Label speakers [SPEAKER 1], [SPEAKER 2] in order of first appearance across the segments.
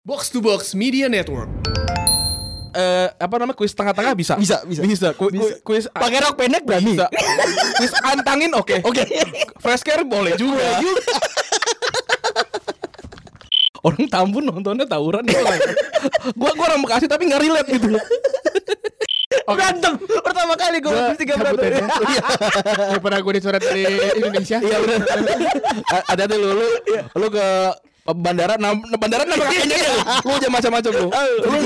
[SPEAKER 1] Box to Box Media Network.
[SPEAKER 2] eh apa namanya kuis tengah-tengah bisa
[SPEAKER 3] Bisa, bisa.
[SPEAKER 2] bisa Ku- ku-
[SPEAKER 3] Bisa.
[SPEAKER 2] kuis
[SPEAKER 3] Pakai rok pendek berani.
[SPEAKER 2] bisa kuis antangin oke
[SPEAKER 3] Oke.
[SPEAKER 2] fresh care boleh juga orang Tambun nontonnya tawuran ya orang. gua gua orang Bekasi tapi nggak relate gitu
[SPEAKER 3] Berantem. Pertama kali gue
[SPEAKER 1] Gua
[SPEAKER 3] habis tiga
[SPEAKER 1] cabut
[SPEAKER 3] berantem.
[SPEAKER 1] Daripada gue dicoret dari Indonesia.
[SPEAKER 2] iya benar ada tuh lu lu,
[SPEAKER 3] Iya.
[SPEAKER 2] lu ke bandara nah, bandara nama kayaknya ya lu aja macam-macam lu lu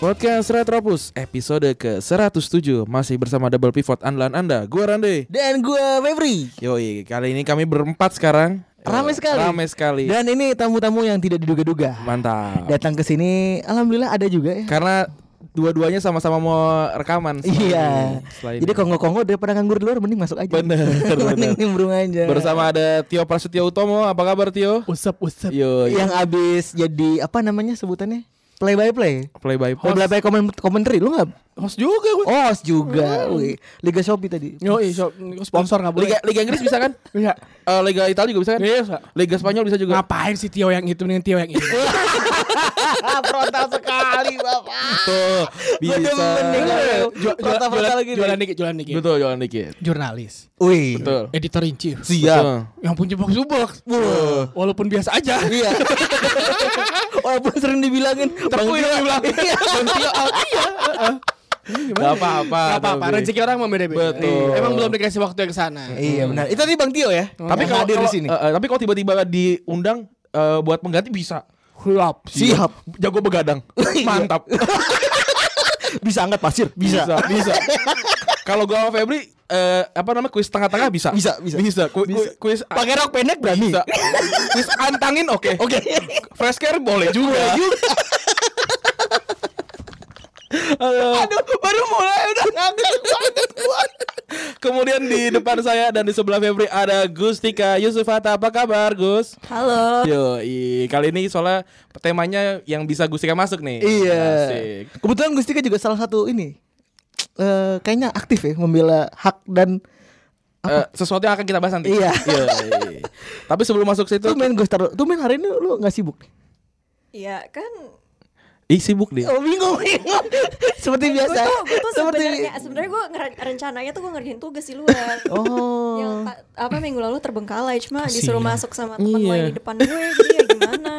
[SPEAKER 2] Podcast Retropus episode ke-107 masih bersama Double Pivot andalan Anda. Gua Rande.
[SPEAKER 3] Dan gue Febri.
[SPEAKER 2] Yoi, kali ini kami berempat sekarang.
[SPEAKER 3] Ramai
[SPEAKER 2] Eh,
[SPEAKER 3] sekali.
[SPEAKER 2] Ramai sekali.
[SPEAKER 3] Dan ini tamu-tamu yang tidak diduga-duga.
[SPEAKER 2] Mantap. Kan,
[SPEAKER 3] Datang ke sini, alhamdulillah ada juga ya.
[SPEAKER 2] Karena dua-duanya sama-sama mau rekaman. setelah
[SPEAKER 3] Iya.
[SPEAKER 2] ini- setelah ini.
[SPEAKER 3] Jadi kongko-kongko daripada nganggur di luar mending masuk aja.
[SPEAKER 2] Bener,
[SPEAKER 3] mending
[SPEAKER 2] bener.
[SPEAKER 3] nimbrung aja.
[SPEAKER 2] bersama ada Tio Prasetyo Utomo. Apa kabar Tio?
[SPEAKER 1] Usap usap.
[SPEAKER 2] Yo,
[SPEAKER 3] yang abis jadi apa namanya sebutannya? Play by play.
[SPEAKER 2] play by
[SPEAKER 3] Play by
[SPEAKER 2] play.
[SPEAKER 3] play komen komentari lu enggak?
[SPEAKER 1] Host juga gue.
[SPEAKER 3] Oh, host juga.
[SPEAKER 2] Hmm.
[SPEAKER 3] Wih, Liga Shopee tadi.
[SPEAKER 1] Yo, sponsor nggak boleh.
[SPEAKER 2] Liga, Liga Inggris bisa kan?
[SPEAKER 1] Iya.
[SPEAKER 2] Eh, Liga Italia juga bisa kan?
[SPEAKER 1] Iya, Sa.
[SPEAKER 2] Liga Spanyol bisa juga.
[SPEAKER 1] Ngapain sih Tio yang itu dengan Tio yang itu?
[SPEAKER 3] Frontal sekali, Bapak.
[SPEAKER 2] Tuh, bisa.
[SPEAKER 3] Gua demen nih, kalau frontal-frontal gini.
[SPEAKER 1] Jualan dikit, jualan dikit.
[SPEAKER 2] Betul, jualan dikit.
[SPEAKER 1] Jurnalis,
[SPEAKER 3] Wih.
[SPEAKER 2] Betul.
[SPEAKER 1] editor in chief,
[SPEAKER 2] Betul.
[SPEAKER 3] Siap.
[SPEAKER 1] yang punya box to box. Walaupun biasa aja.
[SPEAKER 3] Iya. Walaupun sering dibilangin
[SPEAKER 1] Tepui dong bilang.
[SPEAKER 3] Iya.
[SPEAKER 1] Bang Tio, ah, iya.
[SPEAKER 2] Gak apa-apa.
[SPEAKER 1] Gak apa-apa,
[SPEAKER 2] Tapi.
[SPEAKER 1] rezeki orang memang beda-beda.
[SPEAKER 2] Betul.
[SPEAKER 1] Iya. Emang belum dikasih waktu yang ke sana.
[SPEAKER 3] Iya benar. Itu tadi Bang Tio ya.
[SPEAKER 2] Tapi
[SPEAKER 3] Yang
[SPEAKER 2] kalau
[SPEAKER 3] hadir di
[SPEAKER 2] kalau-
[SPEAKER 3] sini.
[SPEAKER 2] eh, eh, tapi kalau tiba-tiba diundang eh, buat pengganti bisa.
[SPEAKER 1] Hulap.
[SPEAKER 3] Siap. Iya.
[SPEAKER 2] Jago begadang. Mantap.
[SPEAKER 3] Bisa angkat pasir. Bisa.
[SPEAKER 2] bisa. bisa. kalau gua sama Febri eh, apa namanya kuis tengah-tengah bisa.
[SPEAKER 3] Bisa, bisa.
[SPEAKER 2] Bisa. Ku- ku-
[SPEAKER 3] Bisa.
[SPEAKER 2] Kuis
[SPEAKER 3] Pakai rok pendek berani.
[SPEAKER 2] bisa. kuis antangin oke.
[SPEAKER 3] Oke.
[SPEAKER 2] Fresh care boleh juga.
[SPEAKER 3] Aduh, baru mulai udah ngangkat banget gua.
[SPEAKER 2] Kemudian di depan saya dan di sebelah Febri ada Gustika Yusuf Hatta. Apa kabar, Gus?
[SPEAKER 4] Halo.
[SPEAKER 2] Yo, kali ini soalnya temanya yang bisa Gustika masuk nih.
[SPEAKER 3] Iya.
[SPEAKER 2] Asik.
[SPEAKER 3] Kebetulan Gustika juga salah satu ini. eh kayaknya aktif ya membela hak dan
[SPEAKER 2] Eh, sesuatu yang akan kita bahas nanti.
[SPEAKER 3] Iya.
[SPEAKER 2] Yoi. Tapi sebelum masuk situ,
[SPEAKER 3] tuh main Gus taruh. Tuh main hari ini lu nggak sibuk.
[SPEAKER 4] Iya kan.
[SPEAKER 2] ih sibuk dia.
[SPEAKER 3] Oh bingung bingung. Seperti
[SPEAKER 4] Gue
[SPEAKER 3] biasa.
[SPEAKER 4] tuh, gue tuh
[SPEAKER 3] Seperti
[SPEAKER 4] sebenarnya sebenarnya gue ngeren- rencananya tuh gue ngerjain tugas di luar.
[SPEAKER 3] Oh.
[SPEAKER 4] Yang ta- apa minggu lalu terbengkalai cuma
[SPEAKER 1] Kasian.
[SPEAKER 4] disuruh masuk sama teman lo
[SPEAKER 2] Iya.
[SPEAKER 4] yang di depan gue jadi ya gimana?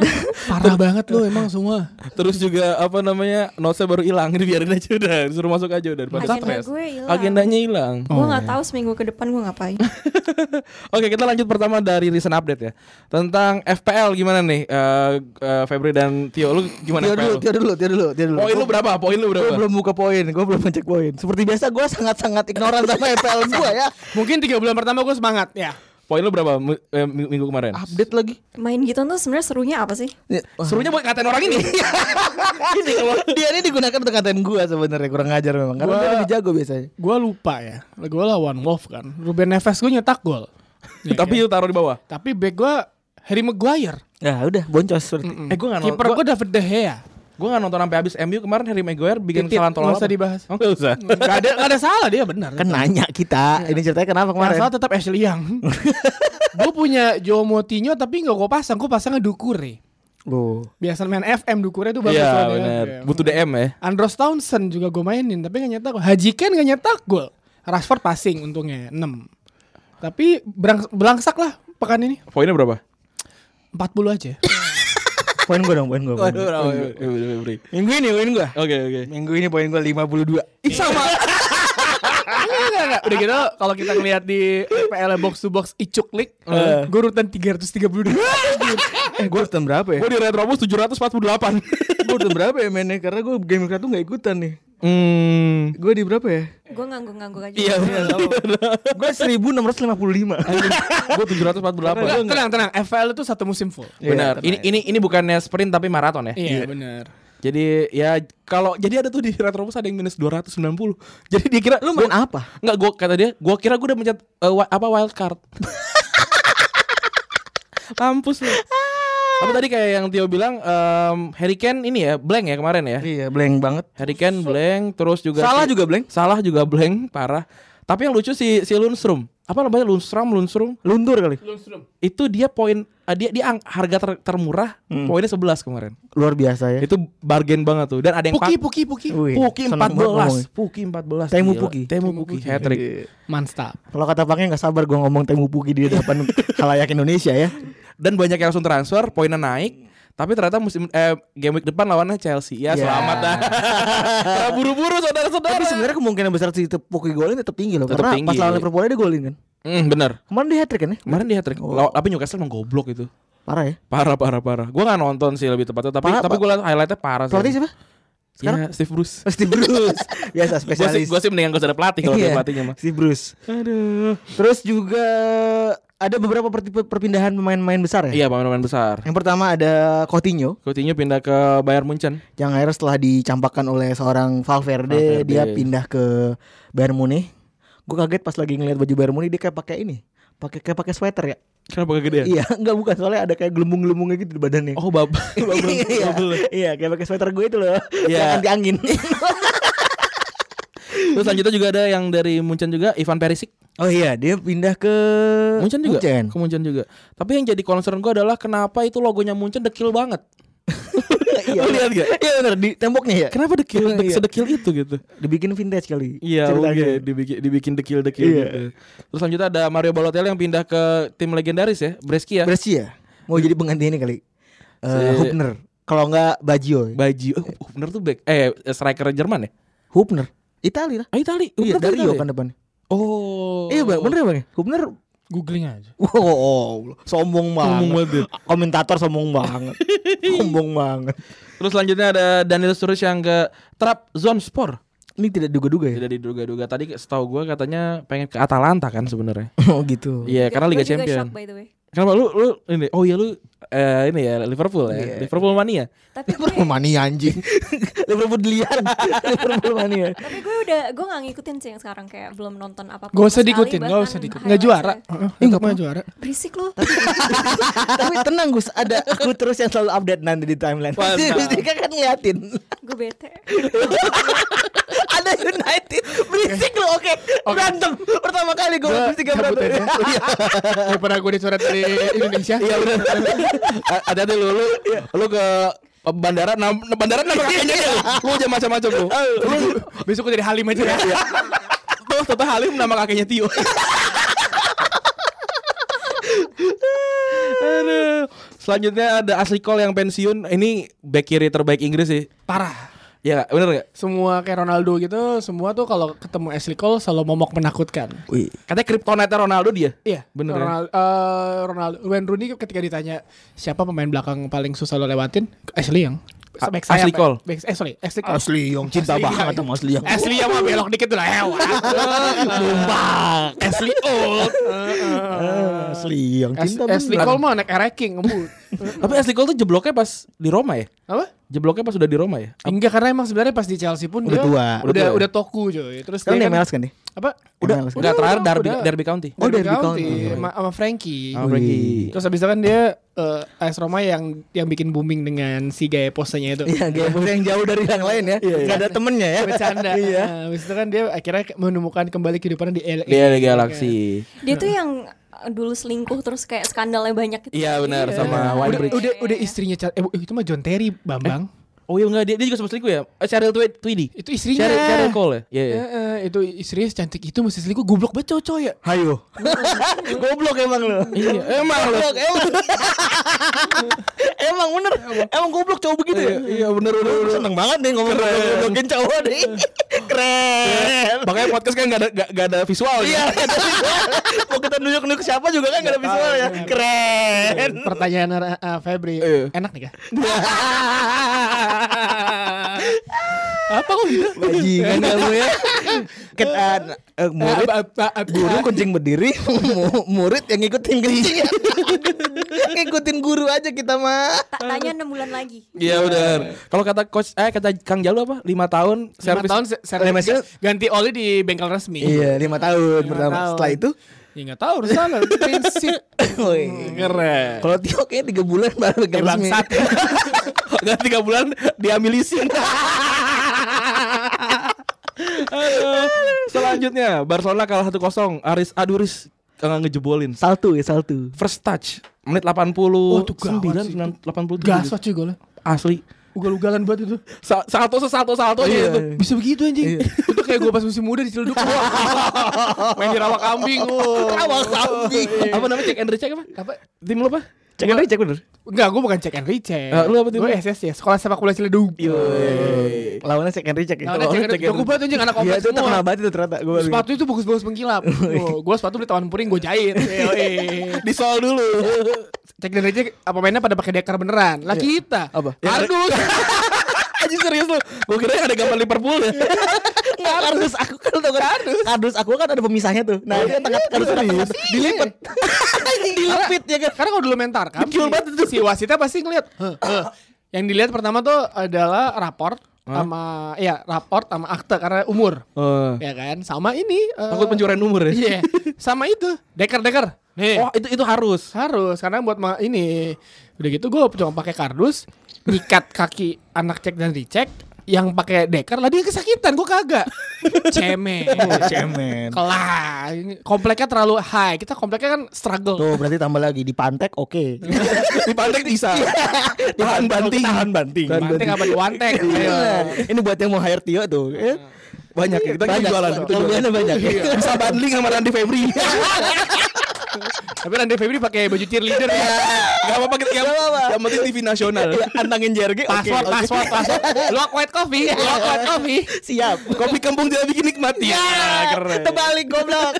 [SPEAKER 1] Parah banget lu emang semua.
[SPEAKER 2] Terus juga apa namanya? Notesnya baru hilang, dibiarin aja udah, disuruh masuk aja udah daripada
[SPEAKER 4] Agenda
[SPEAKER 2] stres.
[SPEAKER 4] gue hilang.
[SPEAKER 2] Agendanya hilang.
[SPEAKER 3] Oh.
[SPEAKER 4] Gue nggak tahu seminggu ke depan gue ngapain.
[SPEAKER 2] Oke, kita lanjut pertama dari recent update ya. Tentang FPL gimana nih? Eh, eh, Febri dan Tio lu gimana
[SPEAKER 3] Tio
[SPEAKER 2] FPL?
[SPEAKER 3] dulu, Tio dulu, Tio dulu, Tio dulu.
[SPEAKER 2] Poin lu berapa? Poin lu
[SPEAKER 3] Gue
[SPEAKER 2] berapa?
[SPEAKER 3] belum buka poin, gue belum ngecek poin. Seperti biasa gue sangat-sangat ignoran sama EPL gue ya.
[SPEAKER 1] Mungkin tiga bulan pertama gue semangat ya.
[SPEAKER 2] Poin lu berapa mi- eh, mi- minggu kemarin?
[SPEAKER 3] Update lagi.
[SPEAKER 4] Main gitu tuh sebenarnya serunya apa sih?
[SPEAKER 3] Ya, wah.
[SPEAKER 2] Serunya buat ngatain orang ini.
[SPEAKER 3] Ini, dia ini digunakan untuk ngatain gue sebenarnya kurang ajar memang. Karena
[SPEAKER 1] Gua-
[SPEAKER 3] dia lebih jago biasanya.
[SPEAKER 1] Gue lupa ya. Gue lawan Wolf kan. Ruben Neves gue nyetak gol. Ya
[SPEAKER 2] Tapi
[SPEAKER 1] kan?
[SPEAKER 2] lu taruh di bawah.
[SPEAKER 1] tapi back gue Harry Maguire.
[SPEAKER 3] Ya udah, boncos seperti.
[SPEAKER 2] Eh, gua enggak
[SPEAKER 1] Kiper gue David De Gea.
[SPEAKER 2] Gue gak nonton sampai habis MU kemarin Harry Maguire bikin
[SPEAKER 1] Titit,
[SPEAKER 2] kesalahan tolol.
[SPEAKER 1] nggak usah
[SPEAKER 2] apa?
[SPEAKER 1] dibahas.
[SPEAKER 2] Oh, nggak usah.
[SPEAKER 1] Gak ada gak ada salah dia benar.
[SPEAKER 3] Kan nanya kita, ini ceritanya kenapa
[SPEAKER 1] Yang
[SPEAKER 3] kemarin?
[SPEAKER 1] salah tetap Ashley Young. gue punya Joe Moutinho tapi nggak gue pasang. Gue pasangnya Dukure.
[SPEAKER 3] Oh.
[SPEAKER 1] Biasa main FM Dukure tuh bagus
[SPEAKER 2] Iya
[SPEAKER 1] soalnya.
[SPEAKER 2] benar.
[SPEAKER 1] Iya.
[SPEAKER 2] Butuh DM ya.
[SPEAKER 1] Andros Townsend juga gue mainin tapi gak nyetak gol. Haji Ken gak nyetak gol. Rashford passing untungnya 6. Tapi berang- belangsak lah pekan ini.
[SPEAKER 2] Poinnya berapa?
[SPEAKER 1] 40 aja.
[SPEAKER 3] Poin gue dong, poin gue. Minggu ini poin gue.
[SPEAKER 2] Oke oke.
[SPEAKER 3] Minggu ini poin gue 52.
[SPEAKER 1] Ih sama. Enggak, enggak, enggak. Udah gitu kalau kita ngelihat di PL Box to Box Icuk League,
[SPEAKER 3] Eh.
[SPEAKER 1] gue urutan 332.
[SPEAKER 3] Eh, gue urutan berapa ya?
[SPEAKER 2] Gue di Retrobus 748.
[SPEAKER 3] Gue urutan berapa ya mainnya? Karena gue game satu gak ikutan nih.
[SPEAKER 2] Hmm.
[SPEAKER 3] Gue di berapa ya?
[SPEAKER 4] Gue nganggung-nganggung aja.
[SPEAKER 2] Iya benar.
[SPEAKER 3] Gue 1655.
[SPEAKER 2] Gue 748. ya,
[SPEAKER 1] Enggak, tenang, tenang. FL itu satu musim full.
[SPEAKER 2] Benar. Ini ini ini bukannya sprint tapi maraton ya.
[SPEAKER 1] Iya, benar.
[SPEAKER 2] Jadi ya kalau jadi ada tuh di Retrobus ada yang minus 290. Jadi dia kira
[SPEAKER 3] Lu main apa?
[SPEAKER 2] Enggak gue kata dia, gue kira gue udah mencet eh, wi- apa wild card. Kampus lu. Apa tadi kayak yang Tio bilang em, Harry Kane ini ya blank ya kemarin ya.
[SPEAKER 3] Iya, blank banget.
[SPEAKER 2] Harry Kane blank terus juga
[SPEAKER 5] Salah juga blank.
[SPEAKER 2] Salah juga blank parah. Tapi yang lucu si si Lundstrom. Apa namanya Lundstrom Lundstrom
[SPEAKER 5] Luntur kali.
[SPEAKER 2] itu dia poin eh, dia dia ang- harga ter- termurah poinnya 11 kemarin.
[SPEAKER 3] Luar biasa ya.
[SPEAKER 2] Itu bargain banget tuh dan ada yang pak-
[SPEAKER 1] Puki, puki, puki.
[SPEAKER 3] Wih,
[SPEAKER 2] Puki
[SPEAKER 3] seneng banget
[SPEAKER 2] 14.
[SPEAKER 3] ngomongnya.
[SPEAKER 2] Puki 14.
[SPEAKER 3] Temu
[SPEAKER 2] gila.
[SPEAKER 3] Puki.
[SPEAKER 2] Temu Puki hat trick.
[SPEAKER 1] Mantap.
[SPEAKER 3] Kalau kata Pangnya nggak sabar gue ngomong Temu Pugi di depan halayak Indonesia ya.
[SPEAKER 2] Dan banyak yang langsung transfer, poinnya naik. Tapi ternyata musim eh, game week depan lawannya Chelsea. Ya
[SPEAKER 3] Ya.
[SPEAKER 2] selamat dah. Karena Buru-buru
[SPEAKER 3] Tapi
[SPEAKER 2] saudara-saudara.
[SPEAKER 3] sebenarnya kemungkinan besar si Pugi golin tetap tinggi loh.
[SPEAKER 2] Tetap
[SPEAKER 3] karena pas
[SPEAKER 2] tinggi.
[SPEAKER 3] lawan Liverpool dia golin kan.
[SPEAKER 2] Hmm, bener.
[SPEAKER 3] Kemarin dia hat trick kan ya?
[SPEAKER 2] Kemarin dia hat trick. Law- Tapi Newcastle emang goblok itu.
[SPEAKER 3] Parah ya.
[SPEAKER 2] Parah parah parah. Gua nggak nonton sih lebih tepatnya, tapi
[SPEAKER 3] Parah,
[SPEAKER 2] tapi
[SPEAKER 3] Pak.
[SPEAKER 2] gua liat highlightnya parah sih.
[SPEAKER 3] Pelatih siapa?
[SPEAKER 2] Ya,
[SPEAKER 3] Sekarang
[SPEAKER 2] Steve Bruce.
[SPEAKER 3] Steve Bruce. Biasa
[SPEAKER 2] Gua sih,
[SPEAKER 3] spesialis.
[SPEAKER 2] gua sih mendingan gua ada pelatih kalau ada
[SPEAKER 3] Iya,
[SPEAKER 2] pelatihnya mah.
[SPEAKER 3] Steve Bruce. Aduh. Terus juga ada beberapa per- perpindahan pemain-pemain besar
[SPEAKER 2] Iya,
[SPEAKER 3] ya.
[SPEAKER 2] pemain-pemain besar.
[SPEAKER 3] Yang pertama ada Coutinho
[SPEAKER 2] Coutinho pindah ke Bayern Munchen.
[SPEAKER 3] yang akhirnya setelah dicampakkan oleh seorang Valverde,
[SPEAKER 2] Valverde.
[SPEAKER 3] dia pindah ke Bayern Munich. Gue kaget pas lagi ngeliat baju Bayern Munich dia kayak pakai ini, pakai kayak pakai sweater ya.
[SPEAKER 2] Kenapa kegedean?
[SPEAKER 3] Iya, enggak bukan soalnya ada kayak gelembung-gelembungnya gitu di badannya.
[SPEAKER 2] Oh, bab.
[SPEAKER 3] iya, iya, kayak pakai sweater gue itu loh.
[SPEAKER 2] Iya.
[SPEAKER 3] Yang anti angin.
[SPEAKER 2] Terus selanjutnya juga ada yang dari Munchen juga Ivan Perisic.
[SPEAKER 3] oh iya, dia pindah ke
[SPEAKER 2] Munchen juga.
[SPEAKER 3] Munchen.
[SPEAKER 2] Ke Munchen juga. Tapi yang jadi concern gua adalah kenapa itu logonya Munchen dekil banget.
[SPEAKER 3] Iya.
[SPEAKER 2] Lu lihat gak?
[SPEAKER 3] Iya benar di temboknya ya.
[SPEAKER 2] Kenapa dekil
[SPEAKER 3] Iya,
[SPEAKER 2] dek-
[SPEAKER 3] iya.
[SPEAKER 2] sedekil itu gitu?
[SPEAKER 3] Dibikin vintage kali.
[SPEAKER 2] Iya,
[SPEAKER 3] ceritanya.
[SPEAKER 2] oke, dibikin dibikin dekil-dekil
[SPEAKER 3] Iya.
[SPEAKER 2] gitu. Terus selanjutnya ada Mario Balotelli yang pindah ke tim legendaris ya, Brescia.
[SPEAKER 3] Berarti ya mau jadi pengganti ini kali. Eh
[SPEAKER 2] Si-
[SPEAKER 3] Hubner. Kalau enggak Baggio.
[SPEAKER 2] Baju, oh, bener tuh back. Eh, striker Jerman ya?
[SPEAKER 3] Hubner. Itali lah.
[SPEAKER 2] Ah, Itali. Bener
[SPEAKER 3] Iya,
[SPEAKER 2] tuh
[SPEAKER 3] Dario
[SPEAKER 2] Itali.
[SPEAKER 3] kan depan.
[SPEAKER 2] Oh.
[SPEAKER 3] Iya, Bang. Bener ya, Bang? Hubner.
[SPEAKER 1] Googling aja.
[SPEAKER 3] Wow, sombong banget.
[SPEAKER 2] Ngomong banget dia.
[SPEAKER 3] Komentator sombong banget. sombong banget.
[SPEAKER 2] Terus selanjutnya ada Daniel Sturridge yang ke Trabzonspor.
[SPEAKER 3] Ini tidak duga-duga ya.
[SPEAKER 2] Tidak diduga-duga. Tadi setahu gua katanya pengen ke Atalanta kan sebenarnya.
[SPEAKER 3] oh gitu.
[SPEAKER 2] Iya, karena Liga Champion.
[SPEAKER 4] Shock, by the way.
[SPEAKER 2] Kenapa lu lu ini? Oh iya lu eh, ini ya Liverpool ya. Liverpool mania.
[SPEAKER 4] Tapi
[SPEAKER 3] Liverpool
[SPEAKER 4] gue,
[SPEAKER 3] mania anjing. Liverpool delian. Liverpool mania.
[SPEAKER 4] tapi gue udah gue nggak ngikutin sih yang sekarang kayak belum nonton apa.
[SPEAKER 1] Gak usah diikutin, gak usah diikutin. Gak juara. Heeh, tetap nggak juara.
[SPEAKER 4] ya. Berisik lu.
[SPEAKER 3] Tapi tenang Gus, ada aku terus yang selalu update nanti di timeline.
[SPEAKER 2] Mantap.
[SPEAKER 3] Gus Dika kan ngeliatin.
[SPEAKER 4] gue bete.
[SPEAKER 3] ada United berisik lo oke berantem pertama kali gue
[SPEAKER 1] Gua
[SPEAKER 3] berisik gak
[SPEAKER 1] cabut
[SPEAKER 3] berantem
[SPEAKER 1] aja. Daripada Iya. gue dicoret dari Indonesia.
[SPEAKER 2] Iya benar. A- Hati-hati lu lu, lu ke ke bandara nam, bandara nama kakeknya ya. Lu aja macam-macam lu. Lu
[SPEAKER 1] Besok gue jadi Halim aja ya.
[SPEAKER 2] Iya. tuh Tata Halim nama kakeknya Tio. Aduh. Selanjutnya ada Ashley Cole yang pensiun. Ini back kiri terbaik Inggris sih.
[SPEAKER 1] Parah.
[SPEAKER 2] Iya, bener gak?
[SPEAKER 1] Semua kayak Ronaldo gitu, semua tuh kalau ketemu Ashley Cole selalu momok menakutkan.
[SPEAKER 3] wih
[SPEAKER 2] Katanya kryptonite Ronaldo dia.
[SPEAKER 1] Iya,
[SPEAKER 2] Bener ya?
[SPEAKER 1] Ronaldo, eh, Ronaldo, Wayne Rooney ketika ditanya siapa pemain belakang paling susah lo lewatin, Ashley yang
[SPEAKER 2] A-
[SPEAKER 1] back
[SPEAKER 2] Ashley
[SPEAKER 1] sayap,
[SPEAKER 2] Cole.
[SPEAKER 1] back- eh sorry, Ashley Cole.
[SPEAKER 3] asli yang cinta
[SPEAKER 1] Asli
[SPEAKER 3] banget
[SPEAKER 1] gila.
[SPEAKER 3] sama asli yang
[SPEAKER 1] Ashley yang mah belok dikit tuh lah hewan.
[SPEAKER 3] Bombak.
[SPEAKER 1] Ashley old.
[SPEAKER 3] asli yang cinta
[SPEAKER 1] As- Ashley
[SPEAKER 3] beneran.
[SPEAKER 1] Cole mah naik ereking ngebut.
[SPEAKER 2] Tapi Ashley Cole tuh jebloknya pas di Roma ya?
[SPEAKER 1] Apa?
[SPEAKER 2] Jebloknya pas udah di Roma ya?
[SPEAKER 1] Enggak karena emang sebenarnya pas di Chelsea pun
[SPEAKER 3] Udah
[SPEAKER 1] dia
[SPEAKER 3] tua.
[SPEAKER 1] udah
[SPEAKER 2] Udah
[SPEAKER 1] udah,
[SPEAKER 2] tua.
[SPEAKER 1] toku cuy. Terus
[SPEAKER 3] sekarang
[SPEAKER 1] dia
[SPEAKER 3] dia
[SPEAKER 1] kan,
[SPEAKER 3] MLS kan deh
[SPEAKER 1] apa?
[SPEAKER 2] Udah,
[SPEAKER 3] MLS kan
[SPEAKER 2] udah terakhir Derby,
[SPEAKER 1] udah.
[SPEAKER 2] Derby County. Oh, iya,
[SPEAKER 3] Oh, Derby County.
[SPEAKER 1] sama sama Frankie.
[SPEAKER 2] Sama Frankie.
[SPEAKER 1] Terus habis itu kan dia eh, AS Roma yang yang bikin booming dengan si gaya posenya itu.
[SPEAKER 3] Iya, gaya posenya yang jauh dari yang lain ya. Gak ada temennya ya.
[SPEAKER 1] Bercanda.
[SPEAKER 3] Iya.
[SPEAKER 1] Nah, habis itu kan dia akhirnya menemukan kembali kehidupannya di Iya. LA.
[SPEAKER 2] Dia Iya, di Galaxy.
[SPEAKER 4] Dia tuh yang uh, dulu selingkuh terus kayak skandalnya banyak gitu.
[SPEAKER 2] Iya benar sama
[SPEAKER 1] Udah,
[SPEAKER 2] Winebridge.
[SPEAKER 1] udah, udah istrinya Char- eh, itu mah John Terry Bambang.
[SPEAKER 2] Oh iya enggak dia, dia juga sempat selingkuh ya? Eh, Cheryl Twe- Tweedy.
[SPEAKER 1] Itu istrinya.
[SPEAKER 2] Cheryl, Cheryl Cole ya? Iya. iya.
[SPEAKER 1] Eh, eh, itu istrinya cantik itu mesti selingkuh goblok banget cowok ya.
[SPEAKER 3] Hayo. Goblok emang lu.
[SPEAKER 2] Iya, emang lu.
[SPEAKER 3] Goblok emang. emang bener. Emang goblok cowok begitu ya.
[SPEAKER 2] Iya bener bener.
[SPEAKER 3] Lu Seneng banget deh ngomong goblokin cowok deh. Keren.
[SPEAKER 2] Makanya podcast kan gak ada gak, gak ada visual
[SPEAKER 3] Iya,
[SPEAKER 2] ya.
[SPEAKER 3] nggak ada visual. Mau kita nunjuk-nunjuk siapa juga kan gak ada visual ya. Keren.
[SPEAKER 1] Pertanyaan eh, Febri,
[SPEAKER 2] Iya.
[SPEAKER 1] enak nih kan? kah? Apa kok gitu?
[SPEAKER 3] Bajingan kamu ya. Ket, eh, eh, murid
[SPEAKER 1] Eh, apa- apa- apa-
[SPEAKER 3] guru kencing berdiri, mu- murid yang ngikutin kencing. ngikutin guru aja kita mah.
[SPEAKER 4] Tak tanya 6 bulan lagi.
[SPEAKER 2] Iya benar. Kalau kata coach eh kata Kang Jalu apa? 5 tahun Eh,
[SPEAKER 1] Lima
[SPEAKER 2] servis.
[SPEAKER 1] tahun se- Iya. servis-
[SPEAKER 3] Lima tahun.
[SPEAKER 1] ganti oli di bengkel resmi.
[SPEAKER 3] Iya, lima tahun pertama.
[SPEAKER 1] tahun.
[SPEAKER 3] Setelah itu
[SPEAKER 1] Ya nggak tahu urusan lo, itu prinsip.
[SPEAKER 3] Woi.
[SPEAKER 2] Keren.
[SPEAKER 3] Kalau Tio Hmm. kayak tiga bulan baru
[SPEAKER 1] Eh,
[SPEAKER 3] resmi.
[SPEAKER 1] bangsat.
[SPEAKER 2] Enggak tiga bulan diambil leasing. Aduh. Selanjutnya Barcelona kalah 1-0. Aris Aduris eh, ngejebolin.
[SPEAKER 3] Saltu ya saltu.
[SPEAKER 2] First touch menit 80
[SPEAKER 1] Wah, itu gawat sih.
[SPEAKER 2] 9 87.
[SPEAKER 1] gitu. Gas cuy golnya.
[SPEAKER 2] gitu. asli.
[SPEAKER 1] Ugal-ugalan banget itu.
[SPEAKER 2] Sa- Satu satu satu gitu. aja
[SPEAKER 3] Iya.
[SPEAKER 2] itu.
[SPEAKER 1] Bisa begitu anjing.
[SPEAKER 3] Iya.
[SPEAKER 1] itu kayak gue pas musim muda di Ciledug.
[SPEAKER 2] Main di rawa kambing. oh.
[SPEAKER 3] Awal kambing.
[SPEAKER 2] Apa namanya cek and recheck apa?
[SPEAKER 1] Iya. Apa?
[SPEAKER 2] Tim lu apa?
[SPEAKER 3] Cek aja cek bener.
[SPEAKER 1] Enggak, gue bukan cek and recheck.
[SPEAKER 2] Eh, lu apa Iya. tim
[SPEAKER 1] Gue
[SPEAKER 2] lu?
[SPEAKER 1] SS ya, sekolah sepak bola Ciledug.
[SPEAKER 3] Lawannya cek and recheck. ya.
[SPEAKER 1] Nah, udah cek and
[SPEAKER 2] Lawannya
[SPEAKER 1] recheck. Jago banget anjing anak
[SPEAKER 3] Iya
[SPEAKER 1] kompleks
[SPEAKER 3] itu terkenal
[SPEAKER 1] semua.
[SPEAKER 3] banget itu ternyata gue baru.
[SPEAKER 1] Sepatu itu bagus-bagus pengkilap. Gue sepatu beli tawon puring gue jahit. Yoi.
[SPEAKER 2] Di soal dulu.
[SPEAKER 1] Cek dan Rejek apa mainnya pada pakai dekar beneran.
[SPEAKER 2] Iya.
[SPEAKER 1] Lah kita. Ya,
[SPEAKER 3] Apa?
[SPEAKER 1] Kardus.
[SPEAKER 2] Anjir serius lu. Gua kira ada gambar Liverpool ya.
[SPEAKER 3] Nggak, kardus aku kan tau kan kardus. aku kan ada pemisahnya tuh. Nah, dia tengah kardus tengah dilipet. Dilipet ya kan.
[SPEAKER 1] Iya, Karena kalau dulu mentar kan.
[SPEAKER 2] Betul banget itu.
[SPEAKER 1] Si wasitnya pasti ngeliat. "Heh, heh." Yang dilihat pertama tuh adalah raport sama ya raport sama akte karena umur.
[SPEAKER 2] Oh.
[SPEAKER 1] Ya kan? Sama ini eh,
[SPEAKER 2] Takut pencurian umur ya.
[SPEAKER 1] Iya. Sama itu, dekar-dekar. Nih.
[SPEAKER 2] Oh, itu itu harus.
[SPEAKER 1] Harus karena buat ma- ini udah gitu gue cuma pakai kardus nyikat kaki anak cek dan dicek yang pakai dekar lah dia kesakitan gue kagak cemen
[SPEAKER 2] Oh,
[SPEAKER 3] Cemen.
[SPEAKER 1] kelah ini kompleknya terlalu high kita kompleknya kan struggle
[SPEAKER 3] Tuh Oh, berarti tambah lagi di pantek oke.
[SPEAKER 2] di
[SPEAKER 3] Iya.
[SPEAKER 2] pantek bisa tahan banting
[SPEAKER 3] Tahan banting.
[SPEAKER 2] Tahan
[SPEAKER 1] Banting apa diwantek
[SPEAKER 3] Iya.
[SPEAKER 1] Ayo.
[SPEAKER 3] Ini buat yang mau hire Tio tuh. Eh,
[SPEAKER 2] banyak ya Iya. kita kita jualan kita jualan. Iya.
[SPEAKER 3] Jualannya banyak.
[SPEAKER 2] bisa bundling sama Randy Febri
[SPEAKER 1] tapi Randy Febri pakai baju cheerleader
[SPEAKER 2] Iya.
[SPEAKER 1] ya
[SPEAKER 2] nggak apa-apa kita yang, yang penting TV nasional
[SPEAKER 3] Iya, Antangin JRG oke.
[SPEAKER 1] password password password luak white coffee luak white coffee
[SPEAKER 3] Siap.
[SPEAKER 2] kopi kampung tidak bikin nikmat ya
[SPEAKER 3] Iya.
[SPEAKER 2] keren
[SPEAKER 3] Terbalik goblok.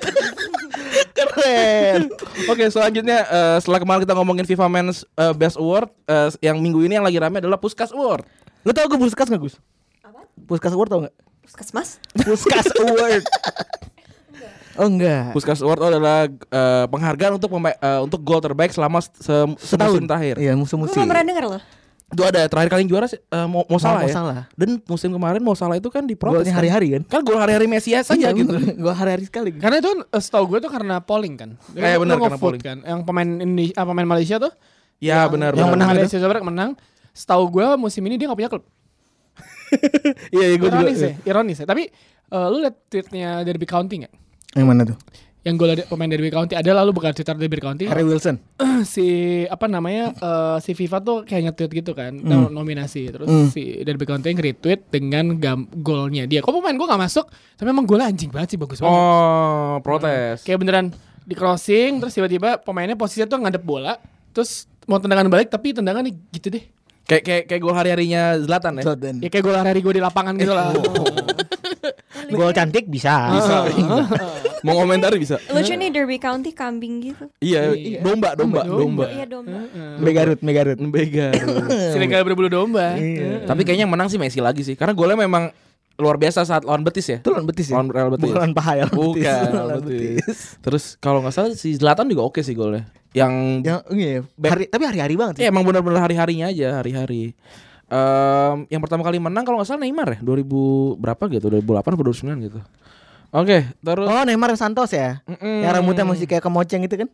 [SPEAKER 3] Keren.
[SPEAKER 2] Oke selanjutnya eh, setelah kemarin kita ngomongin FIFA Men's eh, Best Award eh, yang minggu ini yang lagi rame adalah Puskas Award
[SPEAKER 3] Lu tau gue Puskas gak Gus?
[SPEAKER 4] Apa?
[SPEAKER 3] Puskas Award tau gak?
[SPEAKER 4] Puskesmas?
[SPEAKER 3] Puskas Award. Oh enggak.
[SPEAKER 2] Puskas Award adalah eh, penghargaan untuk pemain eh, untuk gol terbaik selama se- se- semusim terakhir
[SPEAKER 3] Iya
[SPEAKER 4] Gue
[SPEAKER 3] musim-musim.
[SPEAKER 4] belum pernah denger loh.
[SPEAKER 2] itu ada terakhir kali yang juara sih, eh, Mo, Mo Salah
[SPEAKER 3] Mo
[SPEAKER 2] ya
[SPEAKER 3] Salah.
[SPEAKER 2] dan musim kemarin Mo Salah itu kan diprotes
[SPEAKER 3] Golnya
[SPEAKER 2] kan.
[SPEAKER 3] hari-hari kan?
[SPEAKER 2] kan gol hari-hari Messi saja
[SPEAKER 3] Iya
[SPEAKER 2] gitu
[SPEAKER 3] Gue hari-hari sekali.
[SPEAKER 1] karena itu kan eh, setahu gue tuh karena polling kan
[SPEAKER 2] Eh, benar,
[SPEAKER 1] Lu
[SPEAKER 2] karena
[SPEAKER 1] ngevote
[SPEAKER 2] polling.
[SPEAKER 1] kan yang pemain Indonesia ah, pemain Malaysia tuh
[SPEAKER 2] ya benar
[SPEAKER 3] yang
[SPEAKER 2] benar.
[SPEAKER 3] menang
[SPEAKER 1] Malaysia Sabar menang setahu gue musim ini dia gak punya klub
[SPEAKER 3] Iya iya gue juga.
[SPEAKER 1] ironis ya, ironis ya. Tapi eh, lu liat tweetnya Derby County nggak?
[SPEAKER 3] Yang mana tuh?
[SPEAKER 1] Yang gol ada- pemain Derby County ada lalu bukan Twitter Derby County
[SPEAKER 3] Harry Wilson.
[SPEAKER 1] si apa namanya eh, si FIFA tuh kayak nge-tweet gitu kan
[SPEAKER 3] Hmm.
[SPEAKER 1] nom- nominasi terus si Derby County nge-retweet dengan gam- golnya dia. Kok pemain gua nggak masuk? Tapi emang golnya anjing banget sih bagus banget.
[SPEAKER 2] Oh, protes.
[SPEAKER 1] Kayak beneran di crossing terus tiba-tiba pemainnya posisinya tuh ngadep bola terus mau tendangan balik tapi tendangannya gitu deh.
[SPEAKER 2] Kayak kayak kayak gol hari-harinya Zlatan ya.
[SPEAKER 3] Iya. Hmm.
[SPEAKER 1] Ya kayak gol hari gue di lapangan gitu lah.
[SPEAKER 3] Gol cantik bisa. Iya. Bisa.
[SPEAKER 2] Mau komentari bisa.
[SPEAKER 4] Lucu nih Derby County kambing gitu.
[SPEAKER 2] Iya, domba, domba, domba.
[SPEAKER 4] Iya domba.
[SPEAKER 3] Megarut, Megarut.
[SPEAKER 2] Bega.
[SPEAKER 1] Serigala berbulu domba.
[SPEAKER 3] Iya.
[SPEAKER 2] Tapi kayaknya yang menang sih Messi lagi sih. Karena golnya memang luar biasa saat lawan Betis ya.
[SPEAKER 3] Itu lawan Betis ya?
[SPEAKER 2] Lawan Real Betis.
[SPEAKER 3] Bukan lawan Paha ya, lawan Betis.
[SPEAKER 2] Bukan,
[SPEAKER 3] Lawan
[SPEAKER 2] lawan Betis.
[SPEAKER 3] Betis.
[SPEAKER 2] Terus kalau nggak salah si Zlatan juga oke sih golnya. Yang
[SPEAKER 3] Yang iya, ya.
[SPEAKER 2] Back.
[SPEAKER 3] hari, tapi hari-hari banget sih.
[SPEAKER 2] ya, emang benar-benar hari-harinya aja, hari-hari. Em, yang pertama kali menang kalau nggak salah Neymar ya 2000 berapa gitu 2008 atau 2009 gitu. Oke, terus
[SPEAKER 3] Oh Neymar Santos ya? Yang rambutnya masih kayak kemoceng itu kan?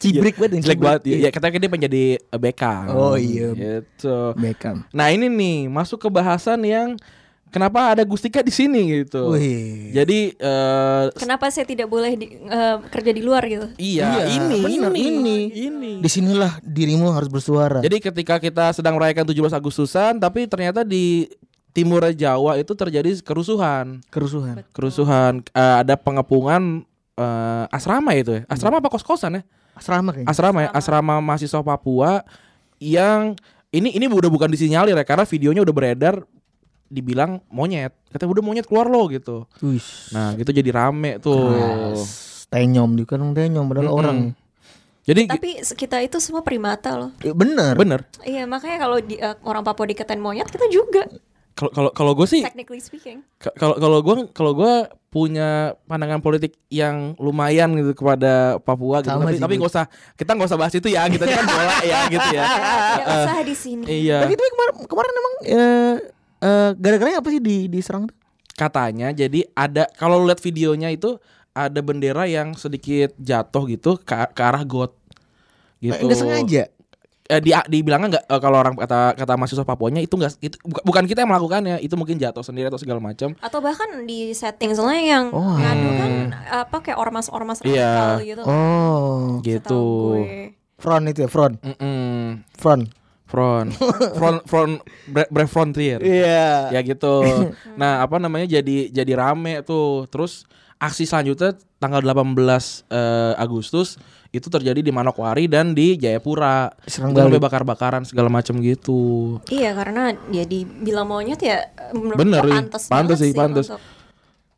[SPEAKER 3] Cibrik banget yang
[SPEAKER 2] jelek
[SPEAKER 3] cibrik.
[SPEAKER 2] banget ya.
[SPEAKER 3] Iya.
[SPEAKER 2] ya katanya dia menjadi eh, Beckham
[SPEAKER 3] Oh, iya.
[SPEAKER 2] gitu
[SPEAKER 3] Beckham.
[SPEAKER 2] nah ini nih masuk ke bahasan yang kenapa ada Gustika di sini gitu
[SPEAKER 3] Wih.
[SPEAKER 2] jadi eh, s-
[SPEAKER 4] Kenapa saya tidak boleh di- eh, kerja di luar gitu?
[SPEAKER 2] iya, ini
[SPEAKER 3] bener, ini. Disinilah dirimu harus bersuara.
[SPEAKER 2] jadi ketika kita sedang merayakan 17 Agustusan tapi ternyata di timur Jawa itu terjadi kerusuhan
[SPEAKER 3] kerusuhan.
[SPEAKER 2] kerusuhan eh, ada pengepungan eh, asrama itu ya asrama apa kos-kosan ya
[SPEAKER 3] Asrama kayaknya.
[SPEAKER 2] asrama ya asrama mahasiswa Papua yang ini ini udah bukan disinyalir ya karena videonya udah beredar dibilang monyet katanya udah monyet keluar lo gitu
[SPEAKER 3] Wih.
[SPEAKER 2] nah gitu jadi rame tuh
[SPEAKER 3] Tenyom di kan tenyom padahal
[SPEAKER 2] Mm-mm.
[SPEAKER 3] orang.
[SPEAKER 2] jadi gi-
[SPEAKER 4] Tapi se- kita itu semua primata loh.
[SPEAKER 3] Ya, bener.
[SPEAKER 2] bener
[SPEAKER 4] Iya makanya kalau di- eh, orang Papua dikatain monyet kita juga.
[SPEAKER 2] kalau kalau kalau gue sih
[SPEAKER 4] Technically speaking.
[SPEAKER 2] ka- kalau kalau gue kalau gue punya pandangan politik yang lumayan gitu kepada Papua gitu
[SPEAKER 3] Sama
[SPEAKER 2] tapi
[SPEAKER 3] sih,
[SPEAKER 2] tapi
[SPEAKER 3] Bud.
[SPEAKER 2] nggak usah kita nggak usah bahas itu ya kita kan bola ya gitu ya
[SPEAKER 4] Tidak usah di sini.
[SPEAKER 2] iya
[SPEAKER 3] Tapi itu kemarin kemarin emang eh eh, gara-garanya apa sih di diserang tuh?
[SPEAKER 2] katanya jadi ada kalau lu lihat videonya itu ada bendera yang sedikit jatuh gitu ke, ke arah got gitu.
[SPEAKER 3] Nggak sengaja.
[SPEAKER 2] Eh, di dibilangnya nggak eh, kalau orang kata kata mahasiswa Papuanya itu nggak itu buka- bukan kita yang melakukannya itu mungkin jatuh sendiri atau segala macam.
[SPEAKER 4] Atau bahkan di setting soalnya yang
[SPEAKER 3] Oh,
[SPEAKER 4] ngadu
[SPEAKER 2] hmm.
[SPEAKER 4] kan apa kayak ormas-ormas
[SPEAKER 2] Iya.
[SPEAKER 4] radikal gitu.
[SPEAKER 3] Oh,
[SPEAKER 4] setahu
[SPEAKER 2] Gitu.
[SPEAKER 4] gue.
[SPEAKER 3] front itu ya, front,
[SPEAKER 2] Mm-mm.
[SPEAKER 3] front.
[SPEAKER 2] Front, front, front, Bre- Brave Frontier.
[SPEAKER 3] Iya.
[SPEAKER 2] ya gitu. Nah, apa namanya jadi jadi rame tuh. Terus aksi selanjutnya tanggal 18 eh, Agustus itu terjadi di Manokwari dan di Jayapura.
[SPEAKER 3] Serang
[SPEAKER 2] Itu
[SPEAKER 3] Bali.
[SPEAKER 2] sampai bakar-bakaran segala macam gitu.
[SPEAKER 4] Iya karena ya dibilang monyet ya menurut
[SPEAKER 2] Bener,
[SPEAKER 4] gue
[SPEAKER 2] iya.
[SPEAKER 4] pantas
[SPEAKER 2] Pantes
[SPEAKER 4] banget
[SPEAKER 2] sih, pantes.
[SPEAKER 4] untuk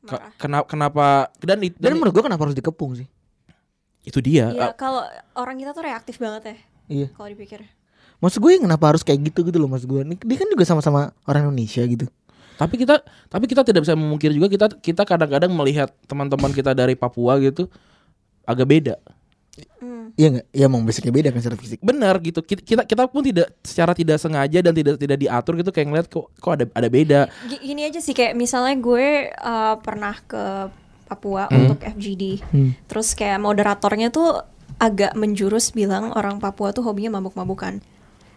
[SPEAKER 2] Ke-
[SPEAKER 4] marah.
[SPEAKER 2] Kenapa kenapa dan, i-
[SPEAKER 3] Dan
[SPEAKER 2] dan
[SPEAKER 3] menurut gua kenapa harus dikepung sih?
[SPEAKER 2] itu dia.
[SPEAKER 4] Iya
[SPEAKER 2] Eh,
[SPEAKER 4] kalau orang kita tuh reaktif banget ya
[SPEAKER 3] Iya.
[SPEAKER 4] kalau dipikir.
[SPEAKER 3] Maksud gue kenapa harus kayak gitu gitu loh maksud gue. Ini- Dia kan juga sama-sama orang Indonesia gitu.
[SPEAKER 2] tapi kita tapi kita tidak bisa memungkiri juga kita kita kadang-kadang melihat teman-teman kita dari Papua gitu agak beda.
[SPEAKER 4] Hmm.
[SPEAKER 3] Iya enggak? Iya emang basicnya beda kan secara fisik.
[SPEAKER 2] Benar gitu. Kita kita- kita pun tidak secara tidak sengaja dan tidak tidak diatur gitu kayak ngeliat kok kok ada ada beda.
[SPEAKER 4] G- Gini aja sih kayak misalnya gue eh, pernah ke Papua untuk FGD. Terus kayak moderatornya tuh agak menjurus bilang orang Papua tuh hobinya mabuk-mabukan.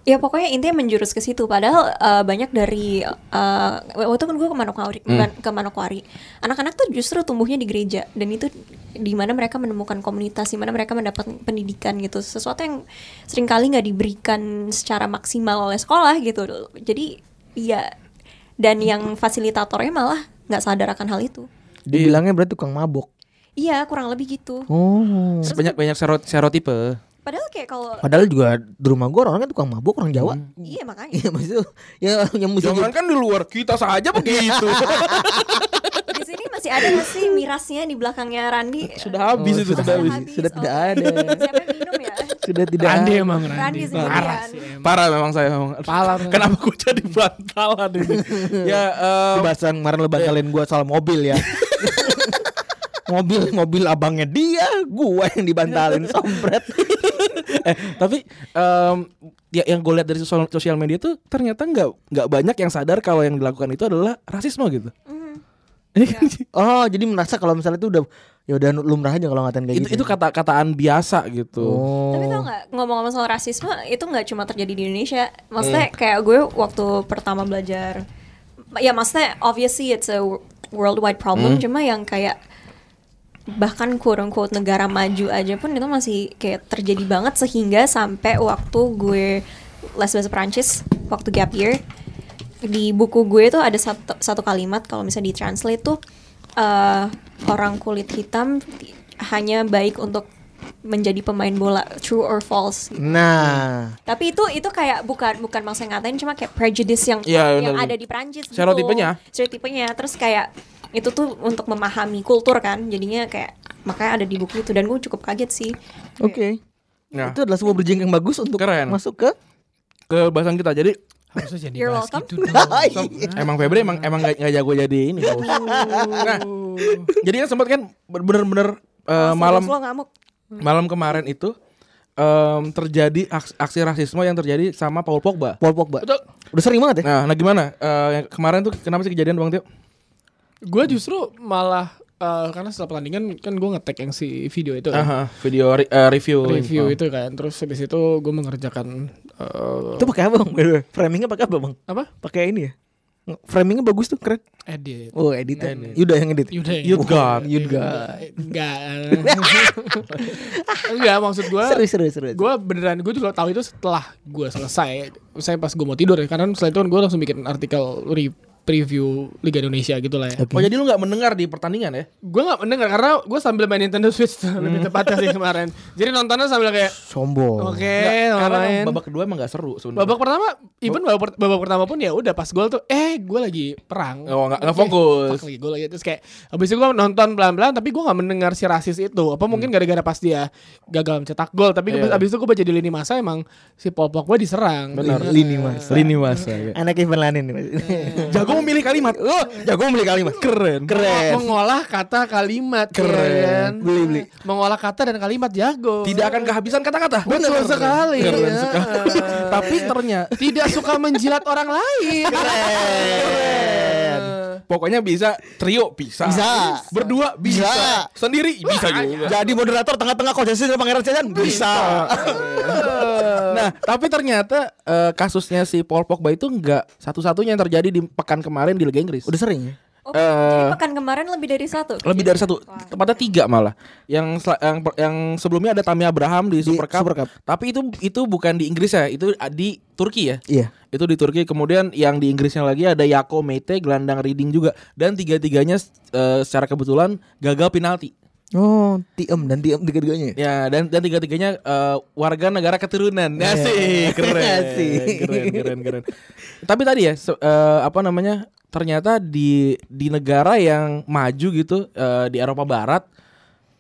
[SPEAKER 4] Ya pokoknya intinya menjurus ke situ. Padahal eh, banyak dari eh, waktu itu kan gue ke Manokwari, ke Manokwari. Anak-anak tuh justru tumbuhnya di gereja dan itu di mana mereka menemukan komunitas, di mana mereka mendapat pendidikan gitu. Sesuatu yang seringkali nggak diberikan secara maksimal oleh sekolah gitu. Jadi ya dan yang fasilitatornya malah nggak sadar akan hal itu.
[SPEAKER 3] Dibilangnya berarti tukang mabok.
[SPEAKER 4] Iya kurang lebih gitu.
[SPEAKER 3] Oh.
[SPEAKER 2] banyak banyak stereotipe.
[SPEAKER 4] Padahal kayak kalau
[SPEAKER 3] Padahal juga di rumah gue orangnya tukang mabok orang Jawa.
[SPEAKER 4] iya makanya
[SPEAKER 3] Iya maksud ya yang mesti
[SPEAKER 2] Jangan kan di luar kita saja begitu.
[SPEAKER 3] Iya,
[SPEAKER 4] di sini masih ada nggak sih mirasnya di belakangnya Randi?
[SPEAKER 2] Sudah habis itu sudah habis.
[SPEAKER 3] Oh, Sudah tidak ada.
[SPEAKER 4] Siapa yang minum ya?
[SPEAKER 3] Sudah tidak
[SPEAKER 1] Randi
[SPEAKER 3] ada.
[SPEAKER 1] emang
[SPEAKER 4] Randi
[SPEAKER 1] Randi. Parah
[SPEAKER 4] sendirian.
[SPEAKER 1] sih emang.
[SPEAKER 2] Parah memang saya memang.
[SPEAKER 1] Parah.
[SPEAKER 2] Kenapa gue jadi bantalan ini? ya em,
[SPEAKER 3] Kebahasan kemarin lo bantalin gue soal mobil ya. mobil mobil abangnya dia, gue yang dibantalin sompret.
[SPEAKER 2] eh, tapi em, ya yang gue lihat dari sosial, sosial media tuh ternyata nggak nggak banyak yang sadar kalau yang dilakukan itu adalah rasisme gitu.
[SPEAKER 3] Mm-hmm. Oh, jadi merasa kalau misalnya itu udah ya udah lumrah aja kalau ngatain kayak
[SPEAKER 2] itu itu
[SPEAKER 3] gitu.
[SPEAKER 2] kata-kataan biasa gitu.
[SPEAKER 3] Oh.
[SPEAKER 4] Tapi tau nggak ngomong-ngomong soal rasisme itu nggak cuma terjadi di Indonesia. Maksudnya
[SPEAKER 3] Hmm.
[SPEAKER 4] kayak gue waktu pertama belajar, ya maksudnya obviously it's a worldwide
[SPEAKER 3] Hmm.
[SPEAKER 4] problem. Cuma yang kayak bahkan quote unquote negara maju aja pun itu masih kayak terjadi banget sehingga sampai waktu gue les bahasa Perancis waktu gap year di buku gue tuh ada satu, satu kalimat kalau misalnya ditranslate tuh eh, orang kulit hitam ti- hanya baik untuk menjadi pemain bola true or false
[SPEAKER 3] Nah,
[SPEAKER 4] tapi itu itu kayak bukan bukan maksud ngatain cuma kayak prejudice yang
[SPEAKER 2] Iya,
[SPEAKER 4] yang
[SPEAKER 2] benar.
[SPEAKER 4] ada di Prancis gitu.
[SPEAKER 2] Stereotipenya.
[SPEAKER 4] Stereotipenya. terus kayak itu tuh untuk memahami kultur kan jadinya kayak makanya ada di buku itu dan gue cukup kaget sih
[SPEAKER 3] oke.
[SPEAKER 2] Nah,
[SPEAKER 3] Itu adalah sebuah berjing yang bagus untuk
[SPEAKER 2] Keren.
[SPEAKER 3] masuk ke
[SPEAKER 2] ke bahasan kita. Jadi
[SPEAKER 1] Harusnya jadi
[SPEAKER 4] You're
[SPEAKER 1] bahas
[SPEAKER 4] welcome.
[SPEAKER 1] gitu dong.
[SPEAKER 3] Iya.
[SPEAKER 2] emang Febri emang emang nggak nggak jago jadi ini. host. nah, jadi kan sempat kan bener-bener eh,
[SPEAKER 3] Oh,
[SPEAKER 4] Langsung
[SPEAKER 2] malam
[SPEAKER 4] Oh, lo ngamuk
[SPEAKER 1] Hmm.
[SPEAKER 2] malam kemarin itu em, terjadi aksi, aksi rasisme yang terjadi sama Paul Pogba.
[SPEAKER 3] Paul Pogba.
[SPEAKER 2] Betul.
[SPEAKER 3] Udah sering banget ya?
[SPEAKER 2] Nah, nah gimana? Eh, yang kemarin tuh kenapa sih kejadian Bang Tio?
[SPEAKER 1] Gue justru malah eh, karena setelah pertandingan kan gue ngetek yang si video itu kan.
[SPEAKER 2] Aha, video re- eh, review.
[SPEAKER 1] review
[SPEAKER 2] Oh.
[SPEAKER 1] itu kan terus habis itu gue mengerjakan eh,
[SPEAKER 3] Itu pakai apa, Bang? By the way, Framingnya pakai apa, Bang?
[SPEAKER 1] apa
[SPEAKER 3] Pakai ini ya. Nge- Framingnya bagus tuh, keren.
[SPEAKER 1] edit
[SPEAKER 3] Oh, editan. Yuda yang edit.
[SPEAKER 1] Yuda yang-
[SPEAKER 2] Youth God.
[SPEAKER 3] Youth God.
[SPEAKER 1] Eh, enggak enggak maksud gue
[SPEAKER 3] Seru, seru, seru.
[SPEAKER 1] gue beneran gue juga tahu itu setelah gue selesai saya pas gue mau tidur ya karena setelah itu kan gue langsung bikin artikel re- preview Liga Indonesia gitu lah ya
[SPEAKER 2] Oh, jadi lu nggak mendengar di pertandingan ya?
[SPEAKER 1] gue nggak mendengar karena gue sambil main Nintendo Switch tuh, lebih
[SPEAKER 2] Hmm.
[SPEAKER 1] tepatnya sih kemarin jadi nontonnya sambil kayak
[SPEAKER 2] Oh,
[SPEAKER 3] Sombong.
[SPEAKER 1] oke
[SPEAKER 2] Nggak, karena
[SPEAKER 1] main
[SPEAKER 2] babak kedua emang nggak seru sebenarnya.
[SPEAKER 1] Eh, babak pertama even babak, babak pertama pun ya udah pas gol tuh eh gue lagi perang
[SPEAKER 2] Oh, nggak- nggak fokus.
[SPEAKER 1] Fuck lagi gue lagi terus kayak habis itu gue nonton pelan-pelan tapi gue nggak mendengar si rasis itu apa mungkin gara-gara pas dia gagal mencetak gol tapi
[SPEAKER 2] Hmm. Iya.
[SPEAKER 1] habis itu gue baca di lini masa emang si popok gue diserang
[SPEAKER 2] Benar.
[SPEAKER 3] Lini Mas.
[SPEAKER 2] iya. Lini masa
[SPEAKER 1] Iya.
[SPEAKER 2] ya.
[SPEAKER 3] Anak Ivan Lanin nih, Mas.
[SPEAKER 2] Jago memilih kalimat.
[SPEAKER 3] Oh, jago beli kali, Mas. Keren. Keren.
[SPEAKER 1] mengolah kata kalimat ya
[SPEAKER 3] Keren. Beli, beli.
[SPEAKER 1] mengolah kata dan kalimat jago
[SPEAKER 2] Tidak akan kehabisan kata-kata.
[SPEAKER 1] betul sekali
[SPEAKER 2] Keren
[SPEAKER 1] ya.
[SPEAKER 2] sekali. Tapi ternyata
[SPEAKER 1] tidak suka menjilat orang lain
[SPEAKER 3] Keren.
[SPEAKER 1] Eh.
[SPEAKER 2] Pokoknya bisa trio bisa.
[SPEAKER 3] Bisa.
[SPEAKER 2] Berdua bisa.
[SPEAKER 3] Bisa.
[SPEAKER 2] Sendiri bisa juga.
[SPEAKER 3] Jadi moderator tengah-tengah konsensus sama Pangeran Cajan bisa.
[SPEAKER 2] nah, tapi ternyata eh, kasusnya si Paul Pogba itu enggak satu-satunya yang terjadi di pekan kemarin di Liga Inggris.
[SPEAKER 3] Udah sering ya?
[SPEAKER 4] Oh,
[SPEAKER 2] Eh,
[SPEAKER 4] jadi pekan kemarin lebih dari satu.
[SPEAKER 2] lebih dari satu, tempatnya tiga malah. Yang sel- yang per- yang sebelumnya ada Tammy Abraham di Super Cup.
[SPEAKER 3] Super Cup.
[SPEAKER 2] Tapi itu itu bukan di Inggris ya, itu di Turki ya.
[SPEAKER 3] Iya.
[SPEAKER 2] Itu di Turki. Kemudian yang di Inggrisnya lagi ada Yako Mete, gelandang Reading juga. Dan tiga-tiganya eh, secara kebetulan gagal penalti.
[SPEAKER 3] Oh, tiem dan tiem tiga-tiganya. ya?
[SPEAKER 2] Ya, dan dan tiga-tiganya eh, warga negara keturunan. Ya
[SPEAKER 3] Iya.
[SPEAKER 2] sih, keren.
[SPEAKER 3] Asik.
[SPEAKER 2] Keren, keren, keren. Tapi tadi ya se- eh, apa namanya? Ternyata di di negara yang maju gitu eh, di Eropa Barat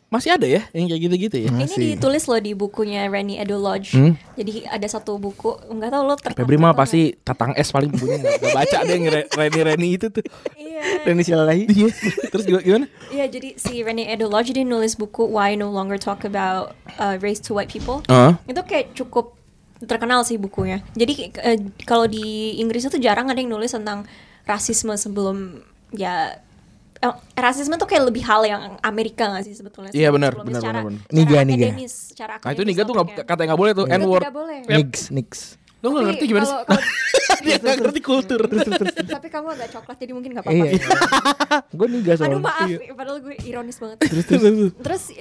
[SPEAKER 2] masih ada ya yang kayak gitu-gitu ya.
[SPEAKER 4] Ini
[SPEAKER 3] Masih.
[SPEAKER 4] ditulis loh di bukunya Rennie Edo Lodge.
[SPEAKER 2] Hmm?
[SPEAKER 4] Jadi ada satu buku, nggak tahu lo tertarik.
[SPEAKER 2] Febri mah
[SPEAKER 4] atau nggak.
[SPEAKER 2] pasti tatang es paling punya nggak nggak baca deh yang Re- Reni-Reni itu tuh.
[SPEAKER 4] Iya.
[SPEAKER 3] Dan istilah lain.
[SPEAKER 2] Iya. Terus gimana? gimana?
[SPEAKER 4] Iya, jadi si Rennie Edo Lodge dia nulis buku Why No Longer Talk About uh, Race to White People.
[SPEAKER 2] Ah.
[SPEAKER 4] Itu kayak cukup terkenal sih bukunya. Jadi eh, kalau di Inggris itu jarang ada yang nulis tentang rasisme sebelum ya eh, rasisme tuh kayak lebih hal yang Amerika gak sih sebetulnya?
[SPEAKER 2] Iya, benar,
[SPEAKER 4] Sebelum
[SPEAKER 2] benar,
[SPEAKER 4] secara-
[SPEAKER 2] benar, benar.
[SPEAKER 4] secara
[SPEAKER 3] Niga, niga.
[SPEAKER 4] akademis, secara
[SPEAKER 2] Nah, itu
[SPEAKER 4] akademis
[SPEAKER 2] Niga tuh nggak kan
[SPEAKER 4] topiknya.
[SPEAKER 2] kata nggak boleh tuh
[SPEAKER 4] Itu
[SPEAKER 2] N-word.
[SPEAKER 4] tidak boleh.
[SPEAKER 3] Nix, nix.
[SPEAKER 1] Lo gak ngerti gimana sih?
[SPEAKER 4] Kalau- kalau-
[SPEAKER 2] Dia nggak ngerti kultur.
[SPEAKER 4] Iya. tapi kamu agak coklat jadi mungkin nggak apa-apa.
[SPEAKER 3] Iya. Gue niga
[SPEAKER 2] Iya.
[SPEAKER 4] Aduh
[SPEAKER 3] soalnya.
[SPEAKER 4] maaf, padahal gue ironis banget. Iya. Terus,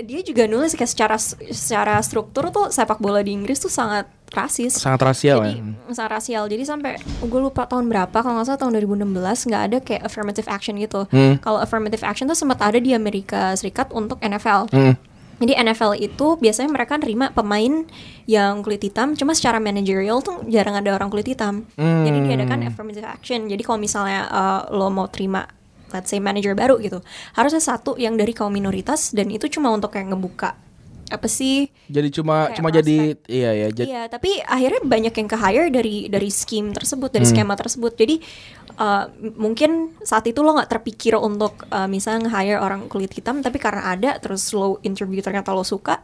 [SPEAKER 4] dia juga nulis kayak secara secara struktur tuh sepak bola di Inggris tuh sangat rasis.
[SPEAKER 2] Sangat rahasia
[SPEAKER 4] jadi sangat rasial. Jadi sampai gue lupa tahun berapa kalau nggak salah tahun 2016 nggak ada kayak affirmative action gitu.
[SPEAKER 2] Hmm.
[SPEAKER 4] Kalau affirmative action tuh sempat ada di Amerika Serikat untuk NFL.
[SPEAKER 2] Hmm.
[SPEAKER 4] Jadi NFL itu biasanya mereka nerima pemain yang kulit hitam, cuma secara managerial tuh jarang ada orang kulit hitam.
[SPEAKER 2] Hmm.
[SPEAKER 4] Jadi diadakan affirmative action. Jadi kalau misalnya uh, lo mau terima let's say manager baru gitu, harusnya satu yang dari kaum minoritas dan itu cuma untuk kayak ngebuka apa sih?
[SPEAKER 2] Jadi cuma
[SPEAKER 4] Kayak
[SPEAKER 2] cuma jadi iya ya. jadi-
[SPEAKER 4] Iya, tapi akhirnya banyak yang ke hire dari dari scheme tersebut, dari
[SPEAKER 2] Hmm.
[SPEAKER 4] skema tersebut. Jadi uh, m- mungkin saat itu lo nggak terpikir untuk uh, misalnya nge-hire orang kulit hitam, tapi karena ada terus lo interview ternyata lo suka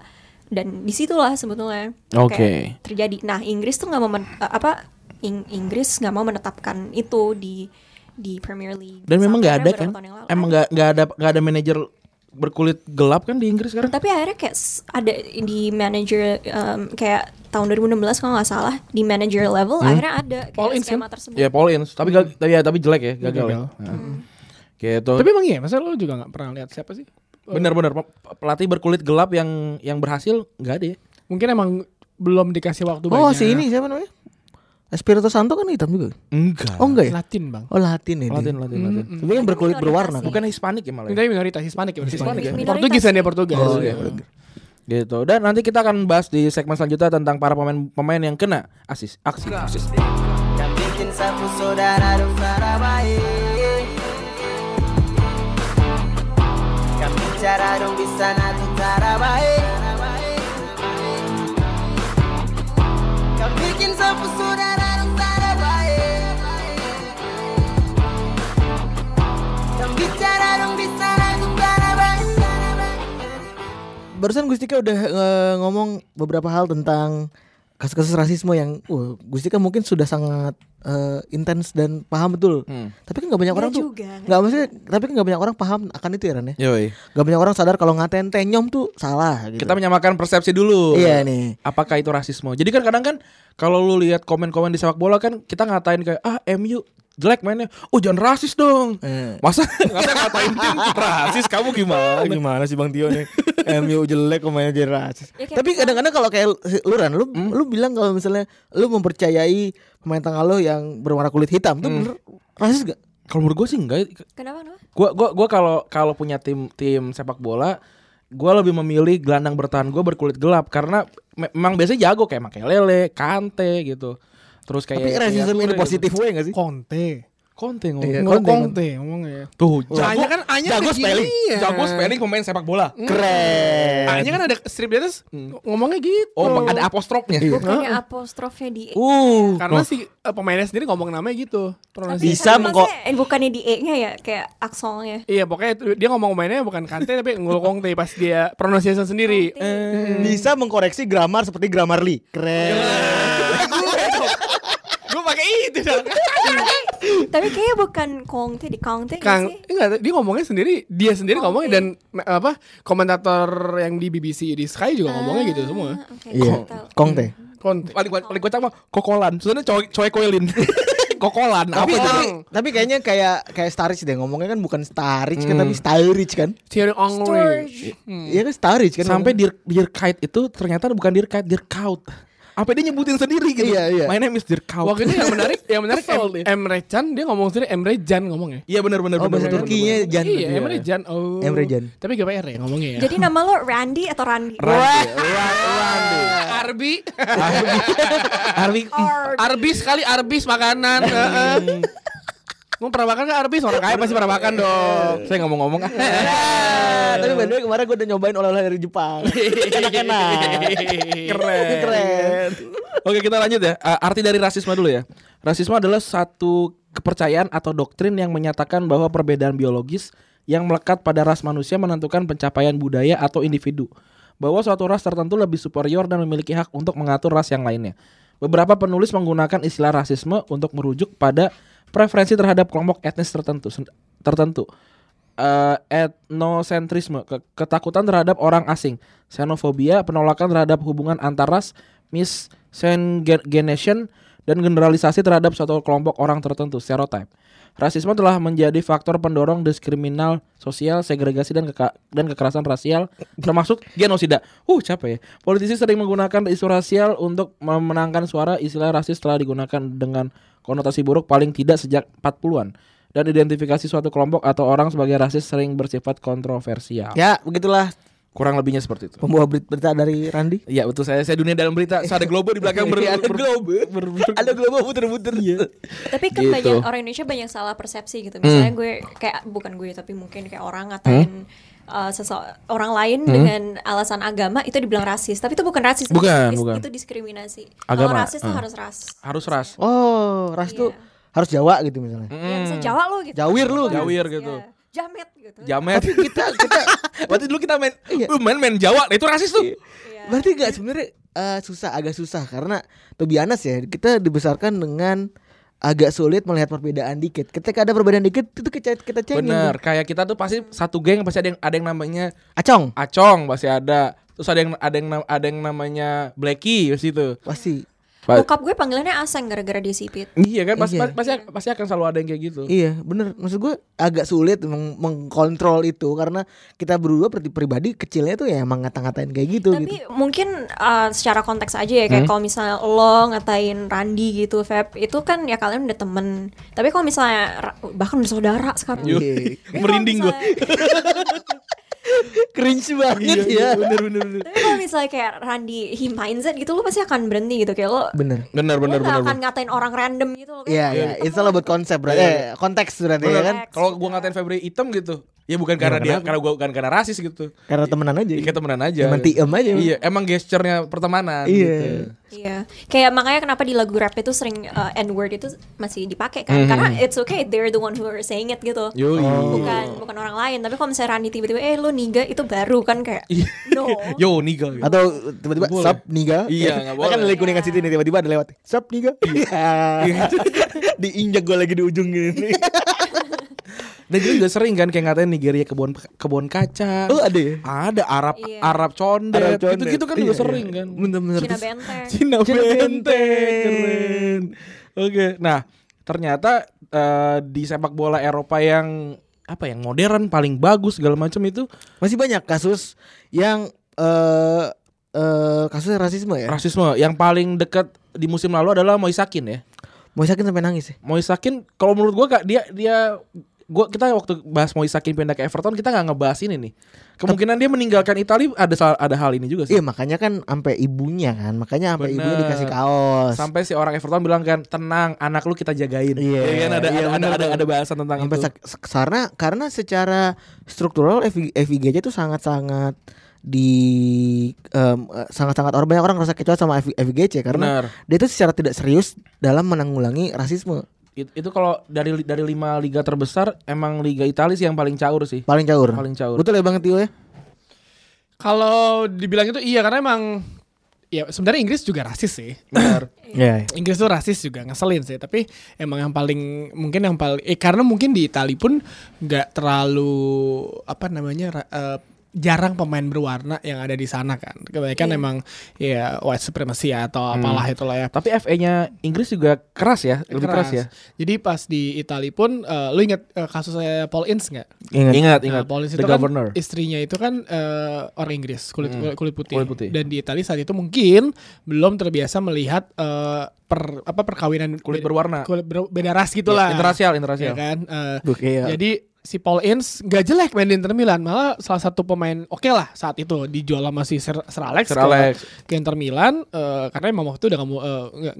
[SPEAKER 4] dan disitulah sebetulnya
[SPEAKER 2] Oke.
[SPEAKER 4] kayak terjadi. Nah Inggris tuh nggak mau men- uh, apa Ing- Inggris nggak mau menetapkan itu di di Premier League.
[SPEAKER 2] Dan memang nggak ada
[SPEAKER 4] Sampai
[SPEAKER 2] kan?
[SPEAKER 4] beberapa tahun yang lalu.
[SPEAKER 2] Emang nggak nggak ada nggak ada manajer berkulit gelap kan di Inggris sekarang?
[SPEAKER 4] Tapi akhirnya kayak s- ada di manager um, kayak tahun 2016 kalau nggak salah di manager level akhirnya ada kayak
[SPEAKER 1] Paul Ince
[SPEAKER 4] skema tersebut.
[SPEAKER 2] Ya Paul Ince, tapi gal- tapi ya tapi jelek ya, gagal.
[SPEAKER 1] Gagal.
[SPEAKER 2] Ya. Nah. Gitu.
[SPEAKER 1] Tapi emang iya, masa lo juga gak pernah lihat siapa sih?
[SPEAKER 2] benar-benar pe- pelatih berkulit gelap yang yang berhasil nggak ada ya?
[SPEAKER 1] Mungkin emang belum dikasih waktu banyak.
[SPEAKER 3] Oh, si ini siapa namanya? Espirito Santo kan hitam juga.
[SPEAKER 2] Enggak.
[SPEAKER 3] Oh enggak ya?
[SPEAKER 1] Latin bang.
[SPEAKER 3] Oh Latin ya. dia.
[SPEAKER 2] Latin,
[SPEAKER 1] Hmm.
[SPEAKER 2] Latin, Latin.
[SPEAKER 3] Tapi yang berkulit berwarna kan.
[SPEAKER 2] Bukan Hispanik ya malah. ya?
[SPEAKER 1] Tapi minoritas Hispanik ya. berarti.
[SPEAKER 2] Hispanik ya?
[SPEAKER 4] Minoritas.
[SPEAKER 1] Portugis kan dia Portugas.
[SPEAKER 2] Oh, iya. Gitu. Dan nanti kita akan bahas di segmen selanjutnya tentang para pemain-pemain yang kena asis aksi asis.
[SPEAKER 5] yang bikin satu saudara dan saudara baik Yang bicara dong di sana tentara baik Yang bikin satu saudara dan saudara baik Yang bicara dong di sana tentara baik
[SPEAKER 3] Barusan Gustika udah eh, ngomong beberapa hal tentang kasus-kasus rasisme yang wah, Gustika mungkin sudah sangat eh, intens dan paham betul. Tapi kan nggak banyak orang
[SPEAKER 4] Nggak
[SPEAKER 3] tuh.
[SPEAKER 4] Iya juga,
[SPEAKER 3] Nggak maksudnya, tapi kan nggak banyak orang paham akan itu ya Ran ya.
[SPEAKER 2] Yoi.
[SPEAKER 3] Nggak banyak orang sadar kalau ngatain tenyom tuh salah gitu.
[SPEAKER 2] Kita menyamakan persepsi dulu.
[SPEAKER 3] Iya nih.
[SPEAKER 2] Apakah itu rasisme? Jadi kan kadang kan kalau lu lihat komen-komen di sepak bola kan kita ngatain kayak ah MU jelek mainnya. Oh jangan rasis dong.
[SPEAKER 3] Eh.
[SPEAKER 2] Masa masa ngatain tim rasis kamu gimana?
[SPEAKER 3] Ah, gimana sih Bang Tio nih? MU jelek pemainnya jadi rasis. Hmm.
[SPEAKER 4] Ya, kayak
[SPEAKER 3] Tapi kadang-kadang kalau kayak si- lu Ran, lu lu bilang kalau misalnya lu mempercayai pemain tengah lu yang berwarna kulit hitam tuh bener rasis gak?
[SPEAKER 2] Kalau menurut gue sih enggak.
[SPEAKER 4] Kenapa? kenapa?
[SPEAKER 2] Gua gua gua kalau kalau punya tim tim sepak bola gua lebih memilih gelandang bertahan gue berkulit gelap karena me- memang biasanya jago kayak Makelele, Kante gitu. Terus kayak
[SPEAKER 3] Tapi rasisme
[SPEAKER 2] kayak
[SPEAKER 3] ini
[SPEAKER 2] Toure
[SPEAKER 3] positif way gak sih?
[SPEAKER 1] Conte.
[SPEAKER 2] gitu. Conte ngomong.
[SPEAKER 3] Iya.
[SPEAKER 1] Ngomong ya.
[SPEAKER 3] Conte, Bang.
[SPEAKER 1] Conte ngomongnya.
[SPEAKER 2] Tuh,
[SPEAKER 1] Anya kan Anya
[SPEAKER 3] jago
[SPEAKER 1] ada
[SPEAKER 3] spelling.
[SPEAKER 1] gini ya.
[SPEAKER 2] jago spelling pemain sepak bola.
[SPEAKER 3] Keren.
[SPEAKER 1] Anya kan ada strip di atas ngomongnya gitu.
[SPEAKER 2] Oh, ada apostrofnya.
[SPEAKER 4] Bukannya apostrofnya di E.
[SPEAKER 2] Uh,
[SPEAKER 1] Karena si eh, pemainnya sendiri ngomong namanya gitu.
[SPEAKER 4] Tapi
[SPEAKER 1] Pronunsi.
[SPEAKER 3] bisa
[SPEAKER 4] maksudnya,
[SPEAKER 3] mengko-
[SPEAKER 4] eh, bukannya di E-nya ya kayak aksolnya.
[SPEAKER 1] Iya pokoknya itu- dia ngomong mainnya bukan Kante tapi Ngul Conte pas dia pronunciation sendiri.
[SPEAKER 3] eh. Bisa mengkoreksi grammar seperti Grammarly. Keren.
[SPEAKER 1] Gue pakai pakai itu dong.
[SPEAKER 4] Tapi kayaknya bukan Kongte di Kongte nggak
[SPEAKER 1] Kang,
[SPEAKER 4] Iya sih?
[SPEAKER 1] enggak, dia ngomongnya sendiri, dia sendiri
[SPEAKER 4] Oh,
[SPEAKER 1] ngomongnya
[SPEAKER 4] oke.
[SPEAKER 1] dan me- apa komentator yang di BBC di Sky juga ngomongnya gitu semua.
[SPEAKER 4] Ah, Oke,
[SPEAKER 3] Iya.
[SPEAKER 4] nggak tahu.
[SPEAKER 3] Kong teh.
[SPEAKER 1] Konten.
[SPEAKER 2] paling gua- paling kocak mah kokolan. Sebenarnya cowok cowok koilin. kokolan.
[SPEAKER 3] Tapi
[SPEAKER 2] itu?
[SPEAKER 3] tapi tapi kayaknya kayak kayak Starich deh ngomongnya kan bukan Starich kan tapi Starich kan.
[SPEAKER 1] Thierry Henry.
[SPEAKER 4] Storage.
[SPEAKER 3] Iya kan Starich kan.
[SPEAKER 2] Sampai dir dirkait itu ternyata bukan dirkait, dirkaut. Apa dia nyebutin sendiri gitu?
[SPEAKER 3] Iya, iya.
[SPEAKER 2] My name is dirkaut.
[SPEAKER 1] Waktu itu yang menarik, yang menarik
[SPEAKER 2] Kesel
[SPEAKER 1] em-
[SPEAKER 2] dia.
[SPEAKER 1] Emre Can dia ngomong sendiri Emre Can ngomongnya.
[SPEAKER 2] Iya benar benar
[SPEAKER 3] Oh, bahasa Turkinya Can.
[SPEAKER 1] Iya,
[SPEAKER 3] Iya.
[SPEAKER 1] Emre Can. Oh.
[SPEAKER 3] Emre Can.
[SPEAKER 1] Tapi GPR ya ngomongnya ya.
[SPEAKER 4] Jadi nama lo Randy atau Randy?
[SPEAKER 1] Arbi,
[SPEAKER 2] Arwi
[SPEAKER 4] Or-
[SPEAKER 1] Arbi sekali Arbis makanan. heeh. Mau pernah makan nggak Arbis? Orang kaya pasti pernah makan dong.
[SPEAKER 2] saya ngomong-ngomong ah.
[SPEAKER 3] Ah, tapi by the way kemarin gue udah nyobain oleh-oleh dari Jepang. Enak-enak.
[SPEAKER 1] Keren.
[SPEAKER 3] Keren.
[SPEAKER 2] Oke kita lanjut ya Eh, Arti dari rasisme dulu ya Rasisme adalah satu kepercayaan atau doktrin yang menyatakan bahwa perbedaan biologis Yang melekat pada ras manusia menentukan pencapaian budaya atau individu Bahwa suatu ras tertentu lebih superior dan memiliki hak untuk mengatur ras yang lainnya Beberapa penulis menggunakan istilah rasisme untuk merujuk pada preferensi terhadap kelompok etnis tertentu sen- tertentu eh etnosentrisme, ke- ketakutan terhadap orang asing, xenofobia, penolakan terhadap hubungan antar ras, miscegenation, dan generalisasi terhadap suatu kelompok orang tertentu, stereotype. Rasisme telah menjadi faktor pendorong diskriminal sosial, segregasi dan keka- dan kekerasan rasial, termasuk genosida. Uh, capek ya. Politisi sering menggunakan isu rasial untuk memenangkan suara. Istilah rasis telah digunakan dengan konotasi buruk paling tidak sejak 40-an dan identifikasi suatu kelompok atau orang sebagai rasis sering bersifat kontroversial.
[SPEAKER 3] Ya, begitulah
[SPEAKER 2] Kurang lebihnya seperti itu.
[SPEAKER 3] pembawa berita- berita dari Randi.
[SPEAKER 2] Oh, Iya betul saya saya dunia dalam berita. So, ada globo di belakang ber,
[SPEAKER 3] Ada
[SPEAKER 2] Iya, ber- Iya.
[SPEAKER 3] globo.
[SPEAKER 2] ber-
[SPEAKER 3] Ada gelombang muter-muter.
[SPEAKER 4] Tapi kan
[SPEAKER 2] Gitu. Hmm.
[SPEAKER 4] banyak orang Indonesia banyak salah persepsi gitu. Misalnya gue kayak bukan gue tapi mungkin kayak orang ngatain uh, sese- orang lain
[SPEAKER 2] Hmm?
[SPEAKER 4] dengan alasan agama itu dibilang rasis. Tapi itu bukan rasis. itu
[SPEAKER 2] Bukan,
[SPEAKER 4] dis-
[SPEAKER 2] bukan.
[SPEAKER 4] Itu diskriminasi. Kalau
[SPEAKER 2] Agama,
[SPEAKER 4] rasis
[SPEAKER 2] eh.
[SPEAKER 4] tuh harus ras.
[SPEAKER 2] harus ras.
[SPEAKER 3] Oh, Ras tuh
[SPEAKER 4] Iya.
[SPEAKER 3] harus Jawa gitu misalnya.
[SPEAKER 4] Ya, misalnya Jawa lo gitu.
[SPEAKER 3] Jawir lu.
[SPEAKER 4] Bukan
[SPEAKER 2] Hmm. Jawir
[SPEAKER 4] rasis,
[SPEAKER 2] gitu.
[SPEAKER 4] ya. Jamet gitu.
[SPEAKER 2] Jamet. kita kita berarti dulu kita main
[SPEAKER 3] Iya.
[SPEAKER 2] uh, main main Jawa. Nah, itu rasis tuh.
[SPEAKER 4] Iya.
[SPEAKER 3] Berarti gak sebenarnya eh, susah agak susah karena to be honest ya, kita dibesarkan dengan agak sulit melihat perbedaan dikit. Ketika ada perbedaan dikit itu kita kita cengin.
[SPEAKER 2] Bener. Kayak kita tuh pasti satu geng pasti ada yang ada yang namanya
[SPEAKER 3] Acong.
[SPEAKER 2] Acong pasti ada. Terus ada yang ada yang nam- ada yang namanya Blacky pasti itu.
[SPEAKER 3] Pasti.
[SPEAKER 2] Pa-
[SPEAKER 4] Bokap gue panggilannya Aseng gara-gara disipit.
[SPEAKER 2] Iya kan pasti
[SPEAKER 3] Iya.
[SPEAKER 2] pasti pasti akan selalu ada yang kayak gitu.
[SPEAKER 3] Iya, bener. Maksud gue agak sulit meng- mengkontrol itu karena kita berdua pri- pribadi kecilnya tuh ya emang ngata-ngatain kayak gitu
[SPEAKER 4] Tapi
[SPEAKER 3] gitu.
[SPEAKER 4] mungkin uh, secara konteks aja ya
[SPEAKER 2] Hmm?
[SPEAKER 4] kayak kalau misalnya lo ngatain Randi gitu, Feb, itu kan ya kalian udah temen. Tapi kalau misalnya ra- bahkan udah saudara sekarang.
[SPEAKER 2] Yuh,
[SPEAKER 3] Iya.
[SPEAKER 2] Merinding gue.
[SPEAKER 3] Cringe banget ya. Bener bener bener.
[SPEAKER 4] Tapi kalau misalnya kayak Randi he minds it gitu, lo pasti akan berhenti gitu kayak lo.
[SPEAKER 3] Bener.
[SPEAKER 2] Bener
[SPEAKER 4] lo
[SPEAKER 2] bener
[SPEAKER 4] nggak
[SPEAKER 2] bener.
[SPEAKER 4] akan ngatain orang random gitu lo
[SPEAKER 3] Iya, iya. It's all about konsep berarti. Eh, konteks berarti ya
[SPEAKER 2] Bener
[SPEAKER 3] kan.
[SPEAKER 2] kan? Kalau gua ngatain Febri hitam gitu, ya bukan karena dia, karena gua bukan karena rasis gitu.
[SPEAKER 3] Karena Iya, temenan aja.
[SPEAKER 2] Ya, kita temenan aja.
[SPEAKER 3] Cuman tiem aja.
[SPEAKER 2] Iya, emang gesturnya pertemanan
[SPEAKER 3] Iya.
[SPEAKER 2] gitu.
[SPEAKER 4] Iya, kayak makanya kenapa di lagu rap itu sering uh, n word itu masih
[SPEAKER 2] Mhm.
[SPEAKER 4] dipakai kan? Karena it's okay, they're the one who are saying it gitu.
[SPEAKER 2] Yoi.
[SPEAKER 4] Bukan bukan orang lain. Tapi kalau misalnya Randi tiba-tiba, eh lo niga itu baru kan kayak no.
[SPEAKER 2] Iya. Yo niga. gitu.
[SPEAKER 3] Atau tiba-tiba
[SPEAKER 2] Boleh.
[SPEAKER 3] sub niga.
[SPEAKER 2] Iya, nggak boleh.
[SPEAKER 3] Kan lagi kuningan situ nih tiba-tiba ada lewat. Sub niga. Iya. Diinjak gue lagi di ujung gini.
[SPEAKER 2] Dan juga, juga sering kan kayak ngatain Nigeria kebun kebun kaca.
[SPEAKER 3] Oh, ada ya?
[SPEAKER 2] Ada Arab
[SPEAKER 4] Iya.
[SPEAKER 2] Arab
[SPEAKER 3] Arab
[SPEAKER 2] condet.
[SPEAKER 3] condet.
[SPEAKER 2] Gitu-gitu kan juga
[SPEAKER 3] Iya,
[SPEAKER 2] sering
[SPEAKER 3] iya.
[SPEAKER 2] kan.
[SPEAKER 3] Bener-bener.
[SPEAKER 4] Cina
[SPEAKER 3] Terus-
[SPEAKER 4] benteng.
[SPEAKER 2] Cina
[SPEAKER 3] Cina
[SPEAKER 2] benteng.
[SPEAKER 3] benteng.
[SPEAKER 2] Keren. Oke, nah ternyata eh, di sepak bola Eropa yang apa yang modern paling bagus segala macam itu
[SPEAKER 3] Masih banyak kasus yang eh eh kasus rasisme ya.
[SPEAKER 2] rasisme yang paling dekat di musim lalu adalah Moisakin ya.
[SPEAKER 3] Moisakin sampai nangis ya.
[SPEAKER 2] Moisakin kalau menurut gua kak dia dia gua kita waktu bahas Moisakin pindah ke Everton kita nggak ngebahas ini nih. Kemungkinan dia meninggalkan Italia ada sal- ada hal ini juga sih.
[SPEAKER 3] Iya makanya kan sampai ibunya kan, makanya sampai ibunya
[SPEAKER 2] Bener.
[SPEAKER 3] dikasih kaos.
[SPEAKER 2] Sampai si orang Everton bilang kan tenang anak lu kita jagain.
[SPEAKER 3] Iya,
[SPEAKER 2] Ya kan ada ada, ada,
[SPEAKER 3] iya, bener
[SPEAKER 2] ada
[SPEAKER 3] tuh.
[SPEAKER 2] ada bahasan tentang
[SPEAKER 3] Sampai
[SPEAKER 2] itu.
[SPEAKER 3] sak- sak- karena karena secara struktural FV FIG-nya itu sangat-sangat di em, eh, sangat-sangat orang banyak orang rasa kecewa sama FV FIGC ya, karena
[SPEAKER 2] Bener.
[SPEAKER 3] dia itu secara tidak serius dalam menanggulangi rasisme
[SPEAKER 2] It- itu kalau dari li- dari lima liga terbesar emang liga Italia sih yang paling caur sih.
[SPEAKER 3] paling caur.
[SPEAKER 2] Paling caur.
[SPEAKER 3] Betul ya Bang Tio ya?
[SPEAKER 1] Kalau dibilang itu iya karena emang ya sebenarnya Inggris juga rasis sih.
[SPEAKER 3] Ya.
[SPEAKER 1] Inggris tuh rasis juga ngeselin sih tapi emang yang paling mungkin yang paling eh karena mungkin di Itali pun nggak terlalu apa namanya ra- eh, jarang pemain berwarna yang ada di sana kan kebanyakan
[SPEAKER 2] Iya.
[SPEAKER 1] emang ya white supremacy ya, atau
[SPEAKER 2] Hmm.
[SPEAKER 1] apalah itulah ya
[SPEAKER 2] Tapi FA-nya Inggris juga keras ya, lebih keras, ya.
[SPEAKER 1] jadi pas di Itali pun eh, lu inget eh, kasusnya Paul Ince nggak
[SPEAKER 3] Ingat.
[SPEAKER 2] Ingat,
[SPEAKER 1] Nah,
[SPEAKER 2] ingat.
[SPEAKER 1] Paul Ince
[SPEAKER 2] The
[SPEAKER 1] itu kan
[SPEAKER 2] Governor. Hmm.
[SPEAKER 1] istrinya itu kan eh, orang Inggris kulit kulit, putih.
[SPEAKER 2] Kulit putih.
[SPEAKER 1] dan di Italia saat itu mungkin belum terbiasa melihat eh, per apa perkawinan
[SPEAKER 2] Kulit
[SPEAKER 1] beda-
[SPEAKER 2] berwarna.
[SPEAKER 1] kulit ber- beda ras
[SPEAKER 2] Ya,
[SPEAKER 1] gitulah
[SPEAKER 2] interrasial,
[SPEAKER 1] ya
[SPEAKER 2] interrasial.
[SPEAKER 1] kan Eh,
[SPEAKER 3] Duh, iya.
[SPEAKER 1] jadi si Paul Ince gak jelek main di Inter Milan malah salah satu pemain oke lah saat itu dijual sama si Sir, Sir Alex,
[SPEAKER 2] Sir
[SPEAKER 1] ke-
[SPEAKER 2] Alex.
[SPEAKER 1] ke Inter Milan eh, karena emang waktu itu udah kamu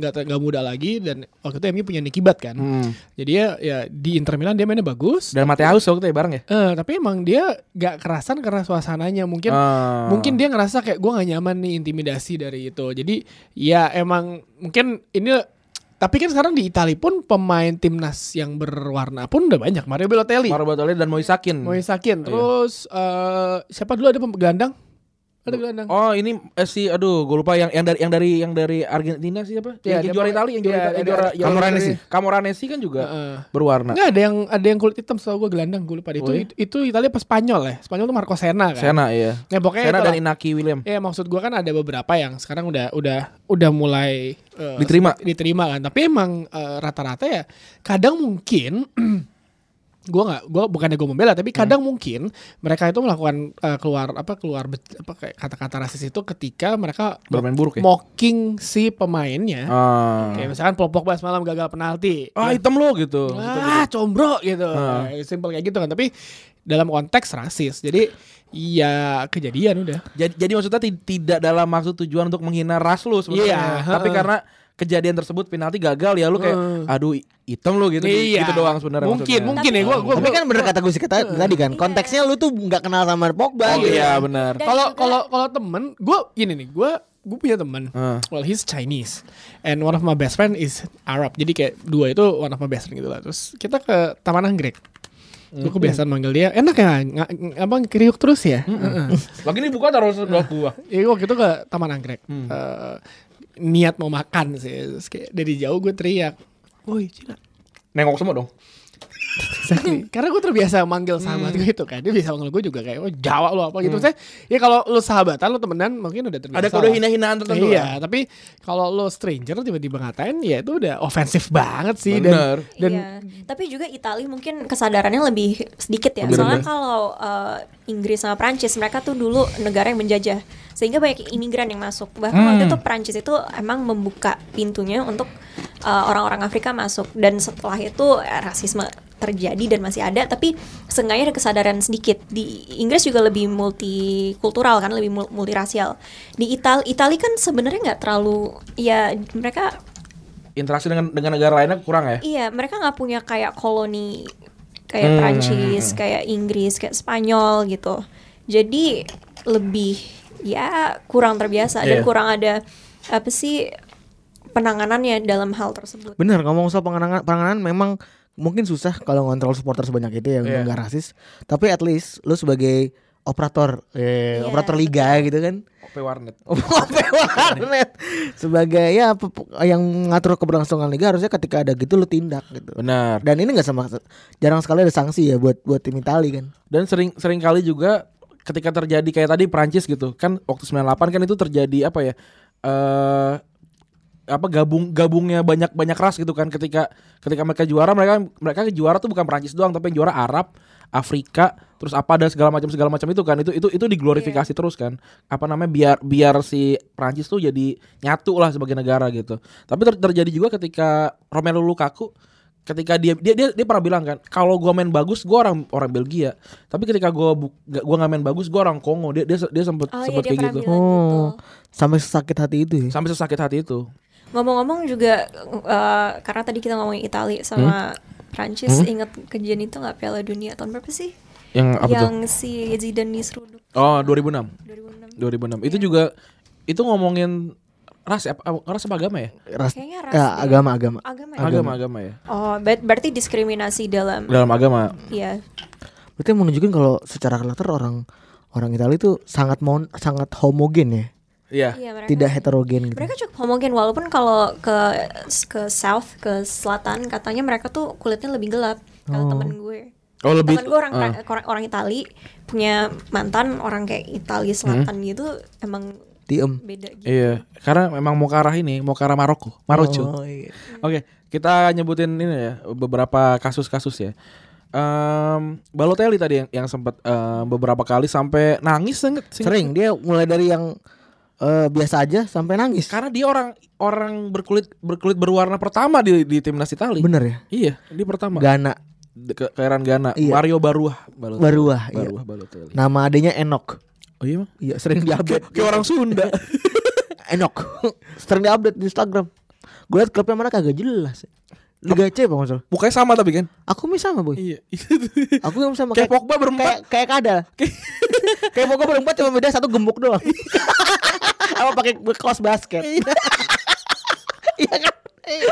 [SPEAKER 1] nggak nggak muda lagi dan waktu itu MU punya Nikibat kan
[SPEAKER 2] Hmm.
[SPEAKER 1] jadi ya, ya di Inter Milan dia mainnya bagus
[SPEAKER 2] Dan Mateus waktu itu ya bareng ya.
[SPEAKER 1] Eh, tapi emang dia gak kerasan karena suasananya mungkin
[SPEAKER 2] Ah.
[SPEAKER 1] mungkin dia ngerasa kayak gue gak nyaman nih intimidasi dari itu jadi ya emang mungkin ini tapi kan sekarang di Italia pun pemain timnas yang berwarna pun udah banyak Mario Balotelli
[SPEAKER 2] Mauro Balotelli dan Moisakin. Iya.
[SPEAKER 1] Moisakin terus eh, siapa dulu ada pem- gelandang ada gelandang
[SPEAKER 2] Oh ini eh, si aduh gue lupa yang yang dari yang dari yang dari Argentina sih siapa?
[SPEAKER 1] Ya,
[SPEAKER 2] yang, yang
[SPEAKER 1] ada
[SPEAKER 2] juara
[SPEAKER 1] pe-
[SPEAKER 2] Italia, yang juara
[SPEAKER 1] ya,
[SPEAKER 2] Italia, yang
[SPEAKER 1] ada-
[SPEAKER 2] juara
[SPEAKER 1] ada-
[SPEAKER 2] yang juara
[SPEAKER 1] Camoranesi.
[SPEAKER 2] Italia. Camoranesi kan juga
[SPEAKER 1] Heeh.
[SPEAKER 2] berwarna.
[SPEAKER 1] Nggak, ada yang ada yang kulit hitam setahu gue gelandang gue lupa deh. itu
[SPEAKER 2] Oh, iya?
[SPEAKER 1] itu Italia pas Spanyol ya Spanyol tuh Marco Sena kan
[SPEAKER 2] Sena iya.
[SPEAKER 1] ya pokoknya
[SPEAKER 2] Sena
[SPEAKER 1] itulah.
[SPEAKER 2] dan Inaki William.
[SPEAKER 1] Ya maksud gua kan ada beberapa yang sekarang udah udah udah mulai eh,
[SPEAKER 2] Diterima.
[SPEAKER 1] diterima kan. Tapi emang eh, rata-rata ya kadang mungkin gua nggak gua bukannya gua membela tapi kadang
[SPEAKER 2] Hmm.
[SPEAKER 1] mungkin mereka itu melakukan eh, keluar apa keluar bet- apa kayak kata-kata rasis itu ketika mereka
[SPEAKER 2] Bermain buruk ya.
[SPEAKER 1] mocking si pemainnya.
[SPEAKER 2] Ah.
[SPEAKER 1] Kayak misalkan Paul Pogba semalam gagal penalti. Nah,
[SPEAKER 2] Ah hitam lo gitu.
[SPEAKER 1] Ah, combro gitu.
[SPEAKER 2] Ah.
[SPEAKER 1] Simple kayak gitu kan, tapi dalam konteks rasis. Jadi ya kejadian udah.
[SPEAKER 2] Jadi, jadi maksudnya ti- tidak dalam maksud tujuan untuk menghina ras lu sebenarnya.
[SPEAKER 1] Iya,
[SPEAKER 2] Tapi
[SPEAKER 1] heeh.
[SPEAKER 2] karena kejadian tersebut penalti gagal ya lu kayak
[SPEAKER 1] Heeh.
[SPEAKER 2] aduh hitam lu gitu
[SPEAKER 1] Iya.
[SPEAKER 2] gitu doang sebenarnya.
[SPEAKER 1] Mungkin,
[SPEAKER 2] maksudnya.
[SPEAKER 1] mungkin ya, gua- gua-
[SPEAKER 3] Tapi kan bener kata gue sih kata tadi kan konteksnya lu tuh nggak kenal sama Pogba.
[SPEAKER 2] Oh
[SPEAKER 3] gitu.
[SPEAKER 2] iya benar.
[SPEAKER 4] Dan
[SPEAKER 1] kalau
[SPEAKER 4] juga-
[SPEAKER 1] kalau kalau temen gue gini nih gue gue punya temen
[SPEAKER 2] Ah.
[SPEAKER 1] well he's Chinese and one of my best friend is Arab jadi kayak dua itu one of my best friend gitu lah terus kita ke Taman Anggrek
[SPEAKER 2] Hmm.
[SPEAKER 1] gue kebiasaan manggil dia enak ya nga- nga- apa kriuk terus ya
[SPEAKER 2] Hmm.
[SPEAKER 1] Heeh.
[SPEAKER 2] Lagi ini buka taruh sebelah gua.
[SPEAKER 1] Iya waktu itu ke Taman Anggrek
[SPEAKER 2] Hmm.
[SPEAKER 1] Eh, niat mau makan sih Terus kayak dari jauh gue teriak woi Cina
[SPEAKER 2] Nengok semua dong.
[SPEAKER 1] Exactly. Karena gue terbiasa manggil sahabat
[SPEAKER 2] Hmm.
[SPEAKER 1] gue itu kan Dia biasa manggil gue juga kayak oh, Jawa lo apa gitu Saya, Ya kalau lo sahabatan lo temenan mungkin udah terbiasa
[SPEAKER 2] Ada kode
[SPEAKER 1] lah.
[SPEAKER 2] hina-hinaan tertentu ya.
[SPEAKER 1] Iya
[SPEAKER 2] lah.
[SPEAKER 1] tapi kalau lo stranger tiba-tiba ngatain Ya itu udah ofensif banget sih
[SPEAKER 2] Bener.
[SPEAKER 1] Dan, dan
[SPEAKER 4] iya. Tapi juga Italia mungkin kesadarannya lebih sedikit ya.
[SPEAKER 2] Lebih
[SPEAKER 4] Soalnya
[SPEAKER 2] rendah.
[SPEAKER 4] kalau eh, Inggris sama Prancis mereka tuh dulu negara yang menjajah, sehingga banyak imigran yang masuk. Bahkan waktu
[SPEAKER 2] Hmm.
[SPEAKER 4] itu Prancis itu emang membuka pintunya untuk eh, orang-orang Afrika masuk. Dan setelah itu eh, rasisme terjadi dan masih ada, tapi seenggaknya ada kesadaran sedikit. Di Inggris juga lebih multikultural kan, lebih mul- multirasial. Di Ital Italia kan sebenarnya nggak terlalu, ya mereka
[SPEAKER 2] Interaksi dengan dengan negara lainnya kurang ya.
[SPEAKER 4] Iya, mereka nggak punya kayak koloni kayak
[SPEAKER 2] Hmm.
[SPEAKER 4] Prancis, kayak Inggris, kayak Spanyol gitu. Jadi lebih ya kurang terbiasa dan
[SPEAKER 2] Iya.
[SPEAKER 4] kurang ada apa sih penanganannya dalam hal tersebut.
[SPEAKER 3] Bener ngomong soal penanganan penanganan memang mungkin susah kalau ngontrol supporter sebanyak itu yang
[SPEAKER 2] Iya.
[SPEAKER 3] nggak rasis. Tapi at least lu sebagai operator eh,
[SPEAKER 4] Iya,
[SPEAKER 3] operator liga gitu kan.
[SPEAKER 2] OP warnet.
[SPEAKER 3] OP warnet sebagai ya pe- pe- yang mengatur keberlangsungan liga harusnya ketika ada gitu lu tindak gitu.
[SPEAKER 2] Benar.
[SPEAKER 3] Dan ini nggak sama jarang sekali ada sanksi ya buat buat tim Itali kan.
[SPEAKER 2] Dan sering sering kali juga ketika terjadi kayak tadi Prancis gitu kan waktu 98 kan itu terjadi apa ya? Eh apa gabung gabungnya banyak banyak ras gitu kan ketika ketika mereka juara mereka mereka juara tuh bukan Prancis doang tapi yang juara Arab Afrika terus apa dan segala macam segala macam itu kan itu itu itu
[SPEAKER 4] Iya.
[SPEAKER 2] diglorifikasi terus kan apa namanya biar biar si Prancis tuh jadi nyatu lah sebagai negara gitu tapi ter- terjadi juga ketika Romelu Lukaku ketika dia dia dia, dia pernah bilang kan kalau gua main bagus gua orang orang Belgia tapi ketika gua bu, gak, gua nggak main bagus gua orang Kongo dia dia se- dia sempet
[SPEAKER 4] Oh iya
[SPEAKER 2] sempet
[SPEAKER 4] dia
[SPEAKER 2] kayak
[SPEAKER 4] pernah
[SPEAKER 2] gitu
[SPEAKER 4] bilang gitu.
[SPEAKER 3] Oh, Sampai sakit hati itu ya.
[SPEAKER 2] sampai sesakit hati itu
[SPEAKER 4] Ngomong-ngomong juga eh, karena tadi kita ngomongin Italia
[SPEAKER 2] Hmm?
[SPEAKER 4] sama Prancis, ingat kejadian itu nggak Piala Dunia tahun berapa sih?
[SPEAKER 2] yang apa tuh
[SPEAKER 4] Yang si Zidane diseruduk
[SPEAKER 2] oh 2006 2006
[SPEAKER 4] 2006.
[SPEAKER 2] itu juga itu ngomongin ras apa ras apa agama ya
[SPEAKER 3] Ras,
[SPEAKER 4] Kayaknya ras
[SPEAKER 3] ya,
[SPEAKER 4] deh.
[SPEAKER 3] agama-agama.
[SPEAKER 4] Agama. ya?
[SPEAKER 2] agama agama ya
[SPEAKER 4] Oh, ber- berarti diskriminasi dalam
[SPEAKER 2] dalam agama
[SPEAKER 4] Iya.
[SPEAKER 3] Berarti menunjukkan kalau secara karakter orang orang Italia itu sangat mon, sangat homogen ya.
[SPEAKER 2] Iya.
[SPEAKER 4] Iya, mereka-
[SPEAKER 3] tidak heterogen gitu.
[SPEAKER 4] Mereka cukup homogen walaupun kalau ke ke south ke selatan katanya mereka tuh kulitnya lebih gelap. Kalau temen gue,
[SPEAKER 2] Oh lebih.
[SPEAKER 4] temen gue orang
[SPEAKER 2] ah.
[SPEAKER 4] orang, orang Itali punya mantan orang kayak Itali
[SPEAKER 3] Hmm.
[SPEAKER 4] selatan gitu emang
[SPEAKER 3] Tiem.
[SPEAKER 4] beda
[SPEAKER 3] Eh.
[SPEAKER 4] gitu.
[SPEAKER 2] Iya, karena memang mau ke arah ini, mau ke arah Maroko, Maroco.
[SPEAKER 3] Oh, iya.
[SPEAKER 2] Oke, kita nyebutin ini ya beberapa kasus-kasus ya. Em, Balotelli tadi yang, yang sempat em, beberapa kali sampai nangis banget. sih.
[SPEAKER 3] Sering dia mulai dari yang eh, biasa aja sampai nangis.
[SPEAKER 2] Karena dia orang orang berkulit berkulit berwarna pertama di di timnas Italia.
[SPEAKER 3] Bener ya?
[SPEAKER 2] Iya, dia pertama.
[SPEAKER 3] Gana
[SPEAKER 2] De- ke Kairan Ghana,
[SPEAKER 3] Iya.
[SPEAKER 2] Mario Baruah Balotelli.
[SPEAKER 3] Baruah, iya.
[SPEAKER 2] Baruah Balotelli.
[SPEAKER 3] Nama adanya Enok.
[SPEAKER 2] Oh iya, Bang?
[SPEAKER 3] Iya, sering diupdate.
[SPEAKER 2] kayak orang Sunda.
[SPEAKER 3] Enok. sering diupdate di Instagram. Gue liat klubnya mana kagak jelas. Liga C apa maksud?
[SPEAKER 2] Mukanya sama tapi kan?
[SPEAKER 3] Aku mih sama boy.
[SPEAKER 2] Iya.
[SPEAKER 3] Aku yang sama
[SPEAKER 2] kayak Pogba
[SPEAKER 3] kayak
[SPEAKER 2] berempat.
[SPEAKER 3] kayak Iya. kadal. kayak pokoknya berempat cuma beda satu gembok doang. Apa pakai kaos basket? Iya kan?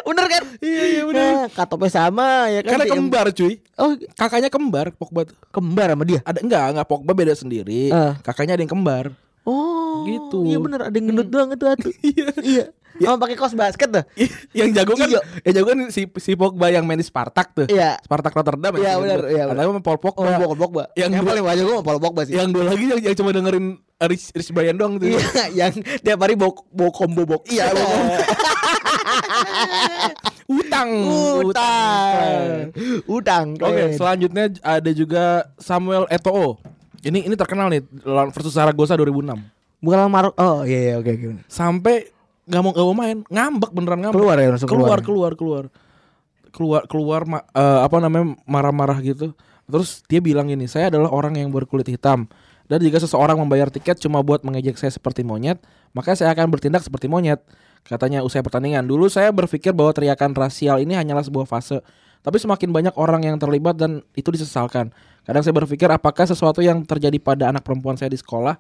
[SPEAKER 3] Bener kan? Iya iya bener. Katopnya sama ya kan?
[SPEAKER 2] Karena
[SPEAKER 3] DM.
[SPEAKER 2] kembar cuy.
[SPEAKER 3] Oh
[SPEAKER 2] Kakaknya kembar Pogba. tuh.
[SPEAKER 3] kembar sama dia.
[SPEAKER 2] Ada enggak enggak Pogba beda sendiri.
[SPEAKER 3] Eh.
[SPEAKER 2] Kakaknya ada yang kembar.
[SPEAKER 3] Oh
[SPEAKER 2] Gitu.
[SPEAKER 3] Iya bener ada yang gendut doang itu atuh. Iya. Sama pakai kaos basket tuh.
[SPEAKER 2] yang jago kan
[SPEAKER 3] Iya.
[SPEAKER 2] yang jago kan si si Pogba yang main di Spartak tuh.
[SPEAKER 3] Iya.
[SPEAKER 2] Spartak Rotterdam.
[SPEAKER 3] Iya,
[SPEAKER 2] yang
[SPEAKER 3] benar,
[SPEAKER 2] kedua.
[SPEAKER 3] iya,
[SPEAKER 2] Ada sama Paul Pogba.
[SPEAKER 3] Oh, Pogba, Pogba.
[SPEAKER 2] Yang
[SPEAKER 3] Yang,
[SPEAKER 2] dua-
[SPEAKER 3] paling banyak gue sama Paul Pogba sih.
[SPEAKER 2] Yang dua lagi yang, yang cuma dengerin Rich, Rich Brian doang tuh.
[SPEAKER 3] Iya, yang tiap hari bawa, bawa combo box. Iya,
[SPEAKER 2] Utang.
[SPEAKER 3] utang. Utang.
[SPEAKER 2] Oke, selanjutnya ada juga Samuel Eto'o. Ini ini terkenal nih lawan versus Zaragoza 2006.
[SPEAKER 3] Bukan lawan Marok. Oh, iya iya oke oke. bener.
[SPEAKER 2] Sampai nggak mau nggak mau main, ngambek beneran ngambek.
[SPEAKER 3] Keluar ya, langsung
[SPEAKER 2] keluar.
[SPEAKER 3] keluar.
[SPEAKER 2] Keluar, keluar, keluar. Keluar, ma- eh, apa namanya marah-marah gitu. Terus dia bilang ini, saya adalah orang yang berkulit hitam. Dan jika seseorang membayar tiket cuma buat mengejek saya seperti monyet, maka saya akan bertindak seperti monyet. Katanya usai pertandingan. Dulu saya berpikir bahwa teriakan rasial ini hanyalah sebuah fase. Tapi semakin banyak orang yang terlibat dan itu disesalkan. Kadang saya berpikir apakah sesuatu yang terjadi pada anak perempuan saya di sekolah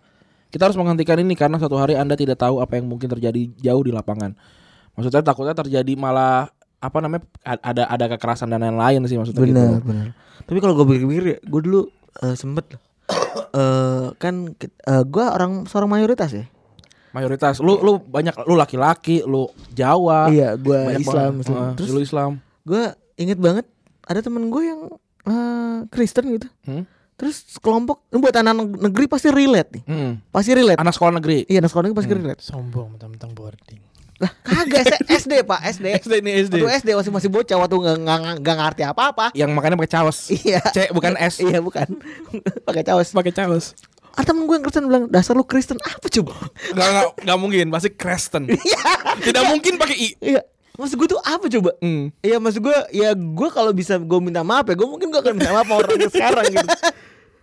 [SPEAKER 2] kita harus menghentikan ini karena suatu hari Anda tidak tahu apa yang mungkin terjadi jauh di lapangan. Maksudnya takutnya terjadi malah apa namanya a- ada ada kekerasan dan lain-lain sih maksudnya
[SPEAKER 3] Bener
[SPEAKER 2] gitu.
[SPEAKER 3] bener. Tapi kalau gue pikir-pikir ya, gue dulu eh, sempet loh. Eh, kan ki- eh, gue orang seorang mayoritas ya.
[SPEAKER 2] Mayoritas lu lu banyak lu laki-laki, lu Jawa.
[SPEAKER 3] Iya, gua
[SPEAKER 2] banyak
[SPEAKER 3] Islam,
[SPEAKER 2] banget.
[SPEAKER 3] Muslim.
[SPEAKER 2] Heeh,
[SPEAKER 3] Terus-
[SPEAKER 2] lu Islam.
[SPEAKER 3] Gue inget banget ada temen gue yang eh, Kristen gitu.
[SPEAKER 2] Hmm?
[SPEAKER 3] Terus kelompok ini buat anak negeri pasti relate nih.
[SPEAKER 2] Mm.
[SPEAKER 3] Pasti relate.
[SPEAKER 2] Anak sekolah negeri.
[SPEAKER 3] Iya, Hmm? anak sekolah negeri pasti relate.
[SPEAKER 1] Sombong tentang boarding.
[SPEAKER 4] Eh.
[SPEAKER 3] Lah, kagak se- SD, Pak, SD.
[SPEAKER 2] SD ini SD.
[SPEAKER 3] Waktu SD masih masih bocah waktu nggak nggak nggak ngerti apa-apa.
[SPEAKER 2] Yang makanya pakai caos.
[SPEAKER 3] Iya.
[SPEAKER 2] C bukan S.
[SPEAKER 3] Iya, bukan. Pakai caos.
[SPEAKER 1] Pakai caos.
[SPEAKER 3] Ah temen gue yang Kristen bilang dasar lu Kristen apa coba?
[SPEAKER 2] Enggak enggak mungkin, pasti Kristen. tidak mungkin pakai I.
[SPEAKER 3] Iya. Maksud gue tuh apa coba?
[SPEAKER 2] Mm.
[SPEAKER 3] Iya maksud gue ya gue kalau bisa gue minta maaf ya gue mungkin gue akan minta maaf sama orangnya sekarang gitu.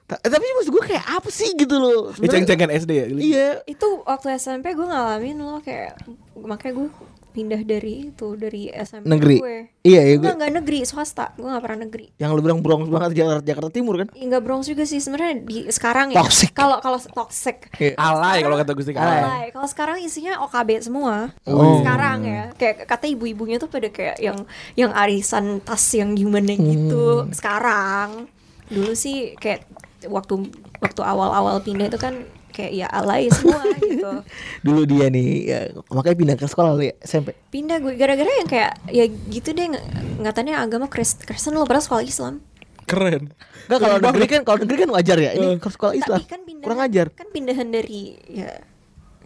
[SPEAKER 3] Ta- Tapi maksud gue kayak apa sih gitu
[SPEAKER 2] Ini
[SPEAKER 3] loh? Sebenarnya-
[SPEAKER 2] ceng-cengan SD ya.
[SPEAKER 3] Iya.
[SPEAKER 4] Itu waktu SMP gue ngalamin loh kayak makanya gue pindah dari itu dari SMP
[SPEAKER 3] Negeri.
[SPEAKER 4] gue.
[SPEAKER 3] Iya, iya,
[SPEAKER 4] Enggak,
[SPEAKER 3] gue-
[SPEAKER 4] enggak negeri, swasta. Gue gak pernah negeri.
[SPEAKER 3] Yang lu bilang Bronx banget Jakarta, Jakarta Timur kan?
[SPEAKER 4] Enggak Bronx juga sih sebenarnya di sekarang ya.
[SPEAKER 3] Toxic.
[SPEAKER 4] Kalau kalau toxic.
[SPEAKER 2] Alay kalau kata Gusti
[SPEAKER 3] Alay.
[SPEAKER 2] Alay.
[SPEAKER 4] Alay. Kalau sekarang isinya OKB semua.
[SPEAKER 3] Oh.
[SPEAKER 4] Sekarang ya, kayak kata ibu-ibunya tuh pada kayak yang yang arisan tas yang gimana gitu. Sekarang dulu sih kayak waktu waktu awal-awal pindah itu kan kayak ya alay semua gitu.
[SPEAKER 3] Dulu dia nih ya, makanya pindah ke sekolah lu ya SMP.
[SPEAKER 4] Pindah gue gara-gara yang kayak ya gitu deh nge- ngatannya agama Krist- Kristen lo padahal sekolah Islam.
[SPEAKER 2] Keren.
[SPEAKER 3] Enggak kalau negeri kan kalau negeri kan wajar ya. Ini ke sekolah Islam.
[SPEAKER 4] Tapi kan pindahan,
[SPEAKER 3] Kurang ajar.
[SPEAKER 4] Kan pindahan dari ya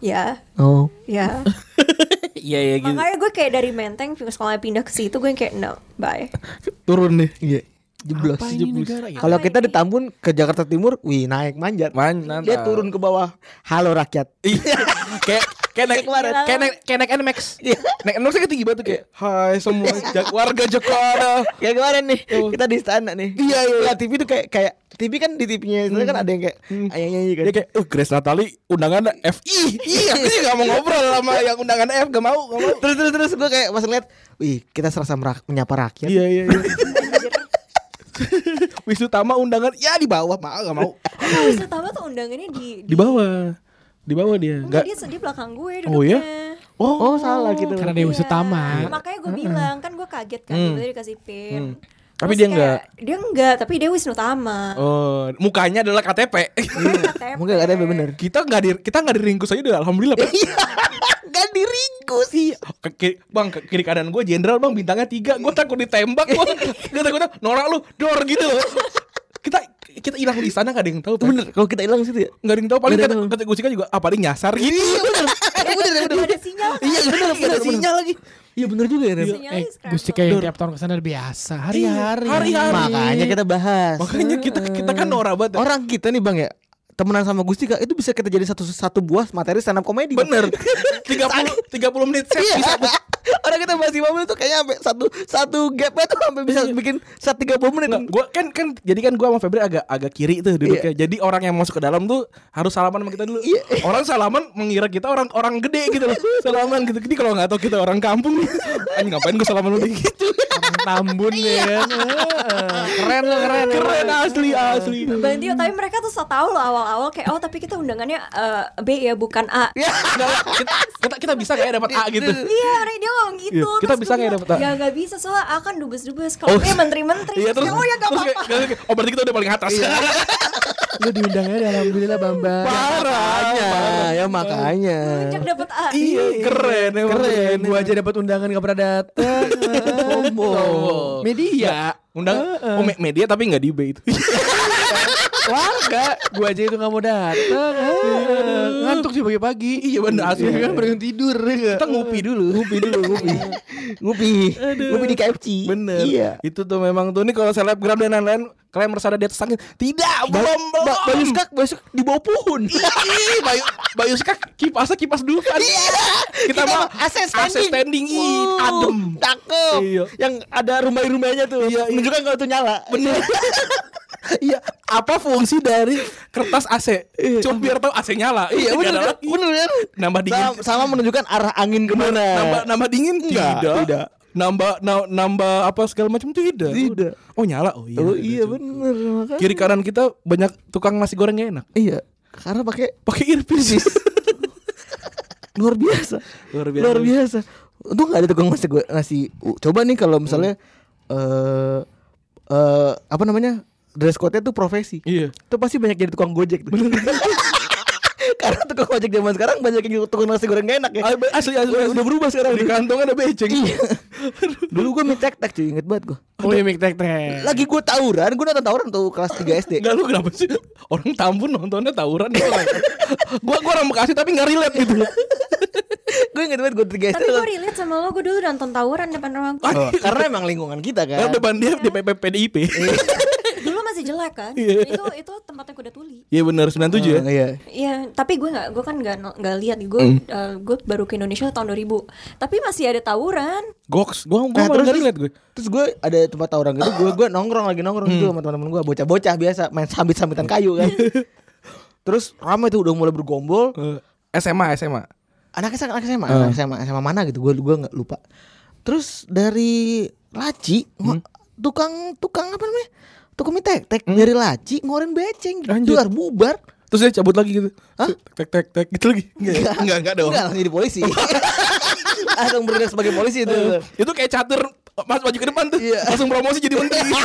[SPEAKER 4] ya
[SPEAKER 3] Oh.
[SPEAKER 4] ya.
[SPEAKER 2] Iya iya gitu.
[SPEAKER 4] Makanya gue kayak dari Menteng sekolah pindah ke situ gue yang kayak no, bye.
[SPEAKER 2] Turun nih.
[SPEAKER 3] Iya. Jeblos.
[SPEAKER 1] Apa ini
[SPEAKER 3] jeblos.
[SPEAKER 1] negara ya?
[SPEAKER 3] Kalau
[SPEAKER 4] Apa
[SPEAKER 3] kita
[SPEAKER 4] ini?
[SPEAKER 3] di Tambun ke Jakarta Timur, wih naik manjat.
[SPEAKER 2] Man,
[SPEAKER 3] Dia turun ke bawah. Halo rakyat.
[SPEAKER 2] Iya. kayak kayak naik
[SPEAKER 4] kemarin.
[SPEAKER 2] kayak naik kayak naik NMAX.
[SPEAKER 1] Iya,
[SPEAKER 2] Naik NMAX kan tinggi banget tuh kayak hai semua
[SPEAKER 3] Iya.
[SPEAKER 2] Jak- warga Jakarta.
[SPEAKER 3] Kayak kemarin nih, kita di istana nih. Iya, iya. TV tuh kayak kayak TV kan di TV-nya itu kan ada yang kayak ayah nyanyi kan.
[SPEAKER 2] Dia kayak, "Uh, Grace Natali undangan FI." Iya, aku sih gak mau ngobrol sama yang undangan F, gak mau, gak mau.
[SPEAKER 3] Terus terus terus gue kayak pas ngeliat, wih kita serasa merak- menyapa rakyat.
[SPEAKER 2] Iya, iya, iya. Wisnu Tama undangan ya di bawah, mah gak mau.
[SPEAKER 4] Kalau Wisnutama Nah, tuh undangannya di
[SPEAKER 2] Di bawah. Di bawah dia. Enggak.
[SPEAKER 4] Enggak, dia sedih belakang gue duduknya.
[SPEAKER 2] Oh, iya?
[SPEAKER 3] Oh, salah gitu.
[SPEAKER 1] Karena Dewi
[SPEAKER 4] Iya.
[SPEAKER 1] Sutama.
[SPEAKER 4] Makanya gue bilang kan gue kaget kan tiba-tiba dikasih pin.
[SPEAKER 2] Mm. Tapi
[SPEAKER 4] Terus
[SPEAKER 2] dia
[SPEAKER 4] kayak,
[SPEAKER 2] enggak.
[SPEAKER 4] Dia enggak, tapi dia Wisnu Tama.
[SPEAKER 2] Oh, iya. mukanya adalah KTP.
[SPEAKER 3] Iya.
[SPEAKER 4] KTP.
[SPEAKER 3] Mungkin ada bener.
[SPEAKER 2] kita nggak di kita nggak diringkus aja udah alhamdulillah. Pak.
[SPEAKER 3] Iya. Gak diringkus sih.
[SPEAKER 2] Ke- ke- bang ke- kiri kanan gue jenderal bang bintangnya tiga gue takut ditembak gue gue takutnya norak lu dor gitu loh kita kita hilang di sana gak ada yang tahu Pak.
[SPEAKER 3] Bener, kalau kita hilang situ ya.
[SPEAKER 2] nggak ada yang tahu paling
[SPEAKER 3] Nggak ada
[SPEAKER 2] kata,
[SPEAKER 3] yang tahu.
[SPEAKER 2] kata Gusika juga ah paling nyasar gitu
[SPEAKER 3] Eh, bener, bener,
[SPEAKER 4] Nggak
[SPEAKER 3] bener.
[SPEAKER 4] ada sinyal.
[SPEAKER 3] Iya, bener, bener, bener.
[SPEAKER 2] sinyal lagi
[SPEAKER 3] Iya bener juga ya. Ren.
[SPEAKER 4] Iya. Sinyalnya
[SPEAKER 1] Eh,
[SPEAKER 4] scramble.
[SPEAKER 1] Gusti kayak yang tiap tahun kesana biasa hari-hari.
[SPEAKER 2] Iya. Hari-hari.
[SPEAKER 3] Makanya kita bahas.
[SPEAKER 2] makanya kita kita kan norak banget
[SPEAKER 3] Orang kita nih bang ya temenan sama Gustika itu bisa kita jadi satu satu buah materi stand up komedi. Bang.
[SPEAKER 2] bener 30 30 menit set
[SPEAKER 3] Iya.
[SPEAKER 2] bisa Bang.
[SPEAKER 3] Orang kita bahas Imam itu kayaknya sampai satu satu gapnya tuh sampai bisa bikin saat 30
[SPEAKER 2] Iya.
[SPEAKER 3] menit.
[SPEAKER 2] Nggak, gua kan kan jadi kan gua sama Febri agak agak kiri tuh duduknya. Jadi orang yang masuk ke dalam tuh harus salaman sama kita dulu.
[SPEAKER 3] Iya.
[SPEAKER 2] Orang salaman mengira kita orang orang gede gitu loh. Salaman gitu. Jadi kalau nggak tahu kita orang kampung, anjing ngapain gua salaman udah gitu.
[SPEAKER 1] Tambun ya
[SPEAKER 4] Iya.
[SPEAKER 1] kan. Heeh. Keren lo keren.
[SPEAKER 2] Keren asli asli.
[SPEAKER 4] Bang Tio, ya, tapi mereka tuh so tau loh awal-awal kayak oh tapi kita undangannya eh, B ya bukan A.
[SPEAKER 2] Nggak, kita, kita, kita bisa kayak dapat A gitu.
[SPEAKER 4] Iya, orang dia ngomong gitu.
[SPEAKER 2] Iya, kita
[SPEAKER 4] Terus
[SPEAKER 2] bisa
[SPEAKER 4] gua
[SPEAKER 2] nggak
[SPEAKER 4] bilang,
[SPEAKER 2] dapat A?
[SPEAKER 4] Ya nggak bisa soalnya A kan dubes-dubes. Kalau
[SPEAKER 2] Oh.
[SPEAKER 4] B menteri-menteri.
[SPEAKER 2] Iya terus,
[SPEAKER 4] oh ya nggak
[SPEAKER 2] terus
[SPEAKER 4] apa-apa.
[SPEAKER 2] kayak, kayak- oh berarti kita udah paling atas.
[SPEAKER 1] Lu diundangnya aja, alhamdulillah Bambang.
[SPEAKER 3] Makanya, ya makanya.
[SPEAKER 4] Puncak dapat A.
[SPEAKER 2] iya, keren, emang
[SPEAKER 1] Keren. Gua aja dapat undangan gak pernah datang.
[SPEAKER 2] Sombong.
[SPEAKER 1] Eh, Media.
[SPEAKER 2] Iya. Undang, oh me- media tapi nggak di B itu.
[SPEAKER 1] Warga. Gua aja itu gak mau datang. Heeh. Ngantuk sih pagi-pagi. Iya
[SPEAKER 2] bener, asli.
[SPEAKER 1] Iya kan baru tidur.
[SPEAKER 2] kita ngupi dulu, ngupi dulu, ngupi.
[SPEAKER 3] Ngupi, ngupi di KFC.
[SPEAKER 2] Bener.
[SPEAKER 3] Iya.
[SPEAKER 2] Itu tuh memang tuh ini kalau selebgram dan lain-lain kalian merasa ada di atas angin. Tidak, Ya, belum, belum. Iya.
[SPEAKER 3] Ba- Bayu Skak besok di bawah pohon.
[SPEAKER 2] Ih, Bayu Bayu Skak kipasnya kipas dulu kan. Kita mah
[SPEAKER 3] AC
[SPEAKER 2] AC standing, ih,
[SPEAKER 3] Uh,
[SPEAKER 2] adem.
[SPEAKER 3] Cakep. Iya,
[SPEAKER 2] Iya.
[SPEAKER 3] Yang ada rumah-rumahnya tuh. Menunjukkan kalau itu nyala. Bener.
[SPEAKER 2] Iya, apa fungsi dari kertas AC? Cuma biar tahu AC nyala. Nggak
[SPEAKER 3] Iya bener
[SPEAKER 2] ada
[SPEAKER 3] kan?
[SPEAKER 2] lagi.
[SPEAKER 3] Bener kan?
[SPEAKER 2] Nambah dingin.
[SPEAKER 3] Sama, sama menunjukkan arah angin kemana.
[SPEAKER 2] Nambah nambah dingin
[SPEAKER 3] Nggak,
[SPEAKER 2] tidak.
[SPEAKER 3] tidak.
[SPEAKER 2] Nambah na- nambah apa segala macam tidak.
[SPEAKER 3] Tidak.
[SPEAKER 2] Oh, nyala. Oh iya.
[SPEAKER 3] Oh
[SPEAKER 2] udah,
[SPEAKER 3] iya
[SPEAKER 2] cuy.
[SPEAKER 3] bener makanya.
[SPEAKER 2] Kiri kanan kita banyak tukang nasi goreng yang enak.
[SPEAKER 3] Iya. Karena pakai
[SPEAKER 2] Pakai earpiece.
[SPEAKER 3] luar biasa.
[SPEAKER 2] Luar biasa.
[SPEAKER 3] Luar biasa. Untung gak ada tukang nasi gue nasi. Uh, Coba nih kalau misalnya eh eh, apa namanya? Dress code-nya tuh profesi.
[SPEAKER 2] Iya.
[SPEAKER 3] Itu pasti banyak jadi tukang gojek tuh. Karena tukang gojek zaman sekarang banyak yang tukang nasi goreng gak enak ya.
[SPEAKER 2] Ah, Asli, asli,
[SPEAKER 3] Udah-
[SPEAKER 2] asli.
[SPEAKER 3] udah berubah sekarang.
[SPEAKER 2] Di kantong ada beceng.
[SPEAKER 3] Iya. Dulu gue mie tek tek cuy, inget banget gue.
[SPEAKER 1] Oh iya Mik Tek Tek.
[SPEAKER 3] Lagi gue tawuran, gue nonton tawuran tuh kelas 3 SD.
[SPEAKER 2] Enggak lu kenapa sih? Orang Tambun nontonnya tawuran doang. gua gua orang Bekasi tapi enggak relate gitu.
[SPEAKER 3] gue inget banget gue 3 SD.
[SPEAKER 4] Tapi gue
[SPEAKER 2] kan
[SPEAKER 3] nonton-
[SPEAKER 4] relate sama lo, gue dulu nonton tawuran depan rumah gue
[SPEAKER 3] Oh, karena emang lingkungan kita
[SPEAKER 2] Karena Eh,
[SPEAKER 3] kan. Iya.
[SPEAKER 2] depan dia di PP PDIP.
[SPEAKER 4] Dulu masih jelek kan
[SPEAKER 2] Iya.
[SPEAKER 4] Itu itu tempatnya kuda tuli
[SPEAKER 2] Iya benar 97 ya.
[SPEAKER 3] Oh, Iya.
[SPEAKER 4] Iya, tapi gue nggak, gue kan nggak no- nggak lihat nih.
[SPEAKER 2] Hmm.
[SPEAKER 4] Gue eh, gue baru ke Indonesia tahun 2000. Tapi masih ada tawuran.
[SPEAKER 2] Goks, gua gua
[SPEAKER 3] Nah,
[SPEAKER 2] malah
[SPEAKER 3] terus
[SPEAKER 2] enggak relate gue.
[SPEAKER 3] Terus gue ada tempat tawuran gitu, gue gue nongkrong lagi nongkrong gitu
[SPEAKER 2] Hmm.
[SPEAKER 3] sama teman-teman gue, bocah-bocah biasa main sambit-sambitan kayu kan. Terus ramai tuh udah mulai bergombol.
[SPEAKER 2] Eh, SMA SMA.
[SPEAKER 3] Anak SMA, anak SMA,
[SPEAKER 2] Hmm.
[SPEAKER 3] anak SMA, SMA mana gitu, gue gue nggak lupa. Terus dari Laci,
[SPEAKER 2] Hmm.
[SPEAKER 3] ngo- tukang tukang apa namanya? Tukang mie tek tek dari Laci ngoren beceng,
[SPEAKER 2] Lanjut.
[SPEAKER 3] duar bubar.
[SPEAKER 2] Terus dia cabut lagi gitu.
[SPEAKER 3] Hah?
[SPEAKER 2] Tek tek tek gitu lagi. Enggak ya? enggak enggak dong.
[SPEAKER 3] Enggak langsung jadi polisi. langsung bergerak sebagai polisi itu.
[SPEAKER 2] Itu kayak catur Mas maju ke depan tuh
[SPEAKER 3] Iya.
[SPEAKER 2] Langsung promosi jadi menteri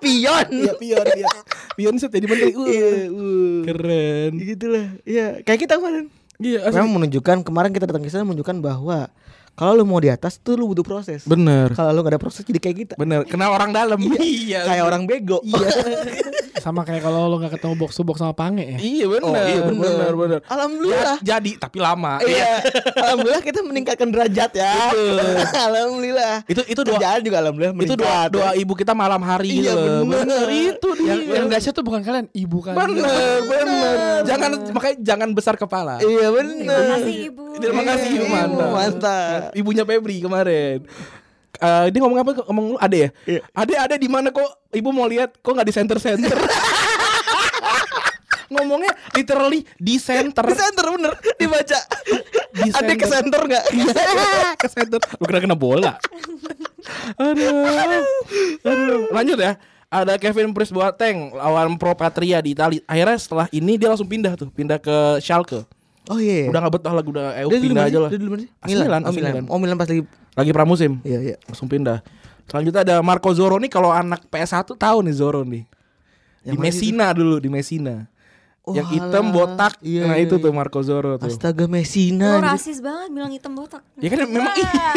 [SPEAKER 3] Pion.
[SPEAKER 2] Iya pion pion Pion set jadi menteri Uh,
[SPEAKER 3] Iya, uh.
[SPEAKER 2] Keren
[SPEAKER 3] Gitu lah. Iya, kayak kita kemarin.
[SPEAKER 2] Iya asli.
[SPEAKER 3] Memang menunjukkan kemarin kita datang ke sana menunjukkan bahwa kalau lu mau di atas tuh lu butuh proses.
[SPEAKER 2] Bener
[SPEAKER 3] Kalau lu gak ada proses jadi kayak kita.
[SPEAKER 2] Bener Kenal orang dalam Iya
[SPEAKER 3] Kayak orang bego.
[SPEAKER 1] Sama kayak kalau lo gak ketemu box-box sama Pange ya.
[SPEAKER 2] Iya benar.
[SPEAKER 3] Oh, iya, bener.
[SPEAKER 2] benar benar.
[SPEAKER 3] Alhamdulillah.
[SPEAKER 2] Ja- Ya, jadi tapi lama.
[SPEAKER 3] Iya. alhamdulillah kita meningkatkan derajat ya. alhamdulillah.
[SPEAKER 2] Itu itu doa
[SPEAKER 3] Kerjaan juga alhamdulillah
[SPEAKER 2] itu doa
[SPEAKER 3] meningkat.
[SPEAKER 2] doa ibu kita malam hari
[SPEAKER 3] Iya,
[SPEAKER 2] gitu loh.
[SPEAKER 3] bener.
[SPEAKER 2] itu dia.
[SPEAKER 1] Yang, yang dahsyat tuh bukan kalian, ibu kalian.
[SPEAKER 2] iya. bener, bener. Jangan makanya jangan besar kepala.
[SPEAKER 3] Iya
[SPEAKER 4] Terima
[SPEAKER 3] benar.
[SPEAKER 4] kasih ibu.
[SPEAKER 2] Terima kasih
[SPEAKER 3] Iya,
[SPEAKER 2] mantap.
[SPEAKER 3] mantap.
[SPEAKER 2] Ibunya Febri kemarin. Eh dia ngomong apa? Ngomong lu ade ya?
[SPEAKER 3] Iya.
[SPEAKER 2] Ade ade di mana kok ibu mau lihat kok nggak di center center? Ngomongnya literally di center.
[SPEAKER 3] Di center bener dibaca.
[SPEAKER 2] Di Iya.
[SPEAKER 3] Ada ke
[SPEAKER 2] center.
[SPEAKER 3] center nggak?
[SPEAKER 2] ke center lu kena kena bola aduh aduh lanjut ya ada Kevin Prince Boateng lawan Pro Patria di Italia akhirnya setelah ini dia langsung pindah tuh pindah ke Schalke
[SPEAKER 3] Oh iya.
[SPEAKER 2] udah nggak betah lah udah eh,
[SPEAKER 3] Dia dulu
[SPEAKER 2] pindah
[SPEAKER 3] mana
[SPEAKER 2] aja
[SPEAKER 3] sih?
[SPEAKER 2] lah Ah,
[SPEAKER 3] Dia dulu mana sih?
[SPEAKER 2] AC Milan
[SPEAKER 3] Oh
[SPEAKER 2] AC
[SPEAKER 3] Milan.
[SPEAKER 2] Milan
[SPEAKER 3] Oh Milan pas lagi.
[SPEAKER 2] lagi pramusim
[SPEAKER 3] Iya iya.
[SPEAKER 2] langsung pindah Selanjutnya ada Marco Zoro nih kalau anak PS1 tahu nih Zoro nih. di
[SPEAKER 3] Yang mana gitu?
[SPEAKER 2] Messina dulu, di Messina.
[SPEAKER 3] Oh,
[SPEAKER 2] yang hitam
[SPEAKER 3] alah.
[SPEAKER 2] botak.
[SPEAKER 3] Iya,
[SPEAKER 2] nah,
[SPEAKER 3] iya,
[SPEAKER 2] itu
[SPEAKER 3] iya.
[SPEAKER 2] tuh Marco Zoro tuh.
[SPEAKER 3] Astaga
[SPEAKER 4] Lo
[SPEAKER 3] Messina. gitu.
[SPEAKER 4] rasis banget bilang hitam botak.
[SPEAKER 2] Ya kan memang Nah, iya.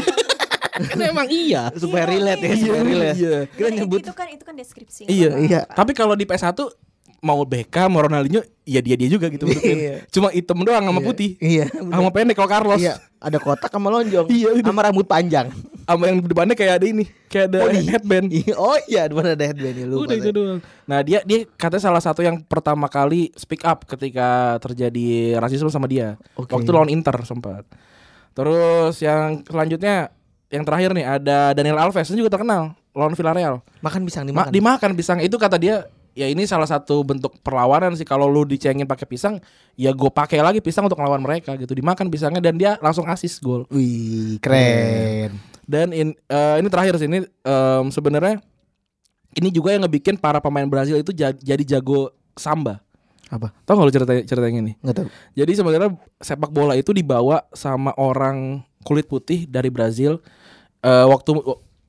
[SPEAKER 3] Kan emang iya. Supaya relate ya, supaya relate.
[SPEAKER 2] Iya.
[SPEAKER 3] Kita
[SPEAKER 4] Kan
[SPEAKER 3] nyebut
[SPEAKER 4] itu kan itu kan deskripsi.
[SPEAKER 2] Iya,
[SPEAKER 4] nggak
[SPEAKER 3] iya.
[SPEAKER 4] apa-apa.
[SPEAKER 2] Tapi kalau di PS1 mau Beckham, mau Ronaldinho, ya dia dia juga gitu bentuknya. Cuma hitam doang sama putih.
[SPEAKER 3] Iya.
[SPEAKER 2] Sama pendek kalau Carlos.
[SPEAKER 3] Iya, ada kotak sama lonjong,
[SPEAKER 2] Iya, udah.
[SPEAKER 3] sama rambut panjang.
[SPEAKER 2] Sama yang depannya kayak ada ini, kayak ada headband.
[SPEAKER 3] Iya, oh iya, mana ada headband lu.
[SPEAKER 2] Udah itu doang. Nah, dia dia katanya salah satu yang pertama kali speak up ketika terjadi rasisme sama dia.
[SPEAKER 3] Oke.
[SPEAKER 2] Waktu lawan Inter sempat. Terus yang selanjutnya yang terakhir nih ada Daniel Alves ini juga terkenal lawan Villarreal.
[SPEAKER 3] Makan pisang
[SPEAKER 2] Ma-
[SPEAKER 3] dimakan.
[SPEAKER 2] dimakan pisang itu kata dia ya ini salah satu bentuk perlawanan sih kalau lu dicengin pakai pisang ya gue pakai lagi pisang untuk melawan mereka gitu dimakan pisangnya dan dia langsung asis gol Iya.
[SPEAKER 3] Wih, keren.
[SPEAKER 2] dan in- eh, ini terakhir sih ini em, sebenarnya ini juga yang ngebikin para pemain Brazil itu ja- jadi jago samba.
[SPEAKER 3] Apa?
[SPEAKER 2] Tahu nggak lu cerita cerita yang ini?
[SPEAKER 3] Enggak tahu.
[SPEAKER 2] Jadi sebenarnya sepak bola itu dibawa sama orang kulit putih dari Brazil. Eh, waktu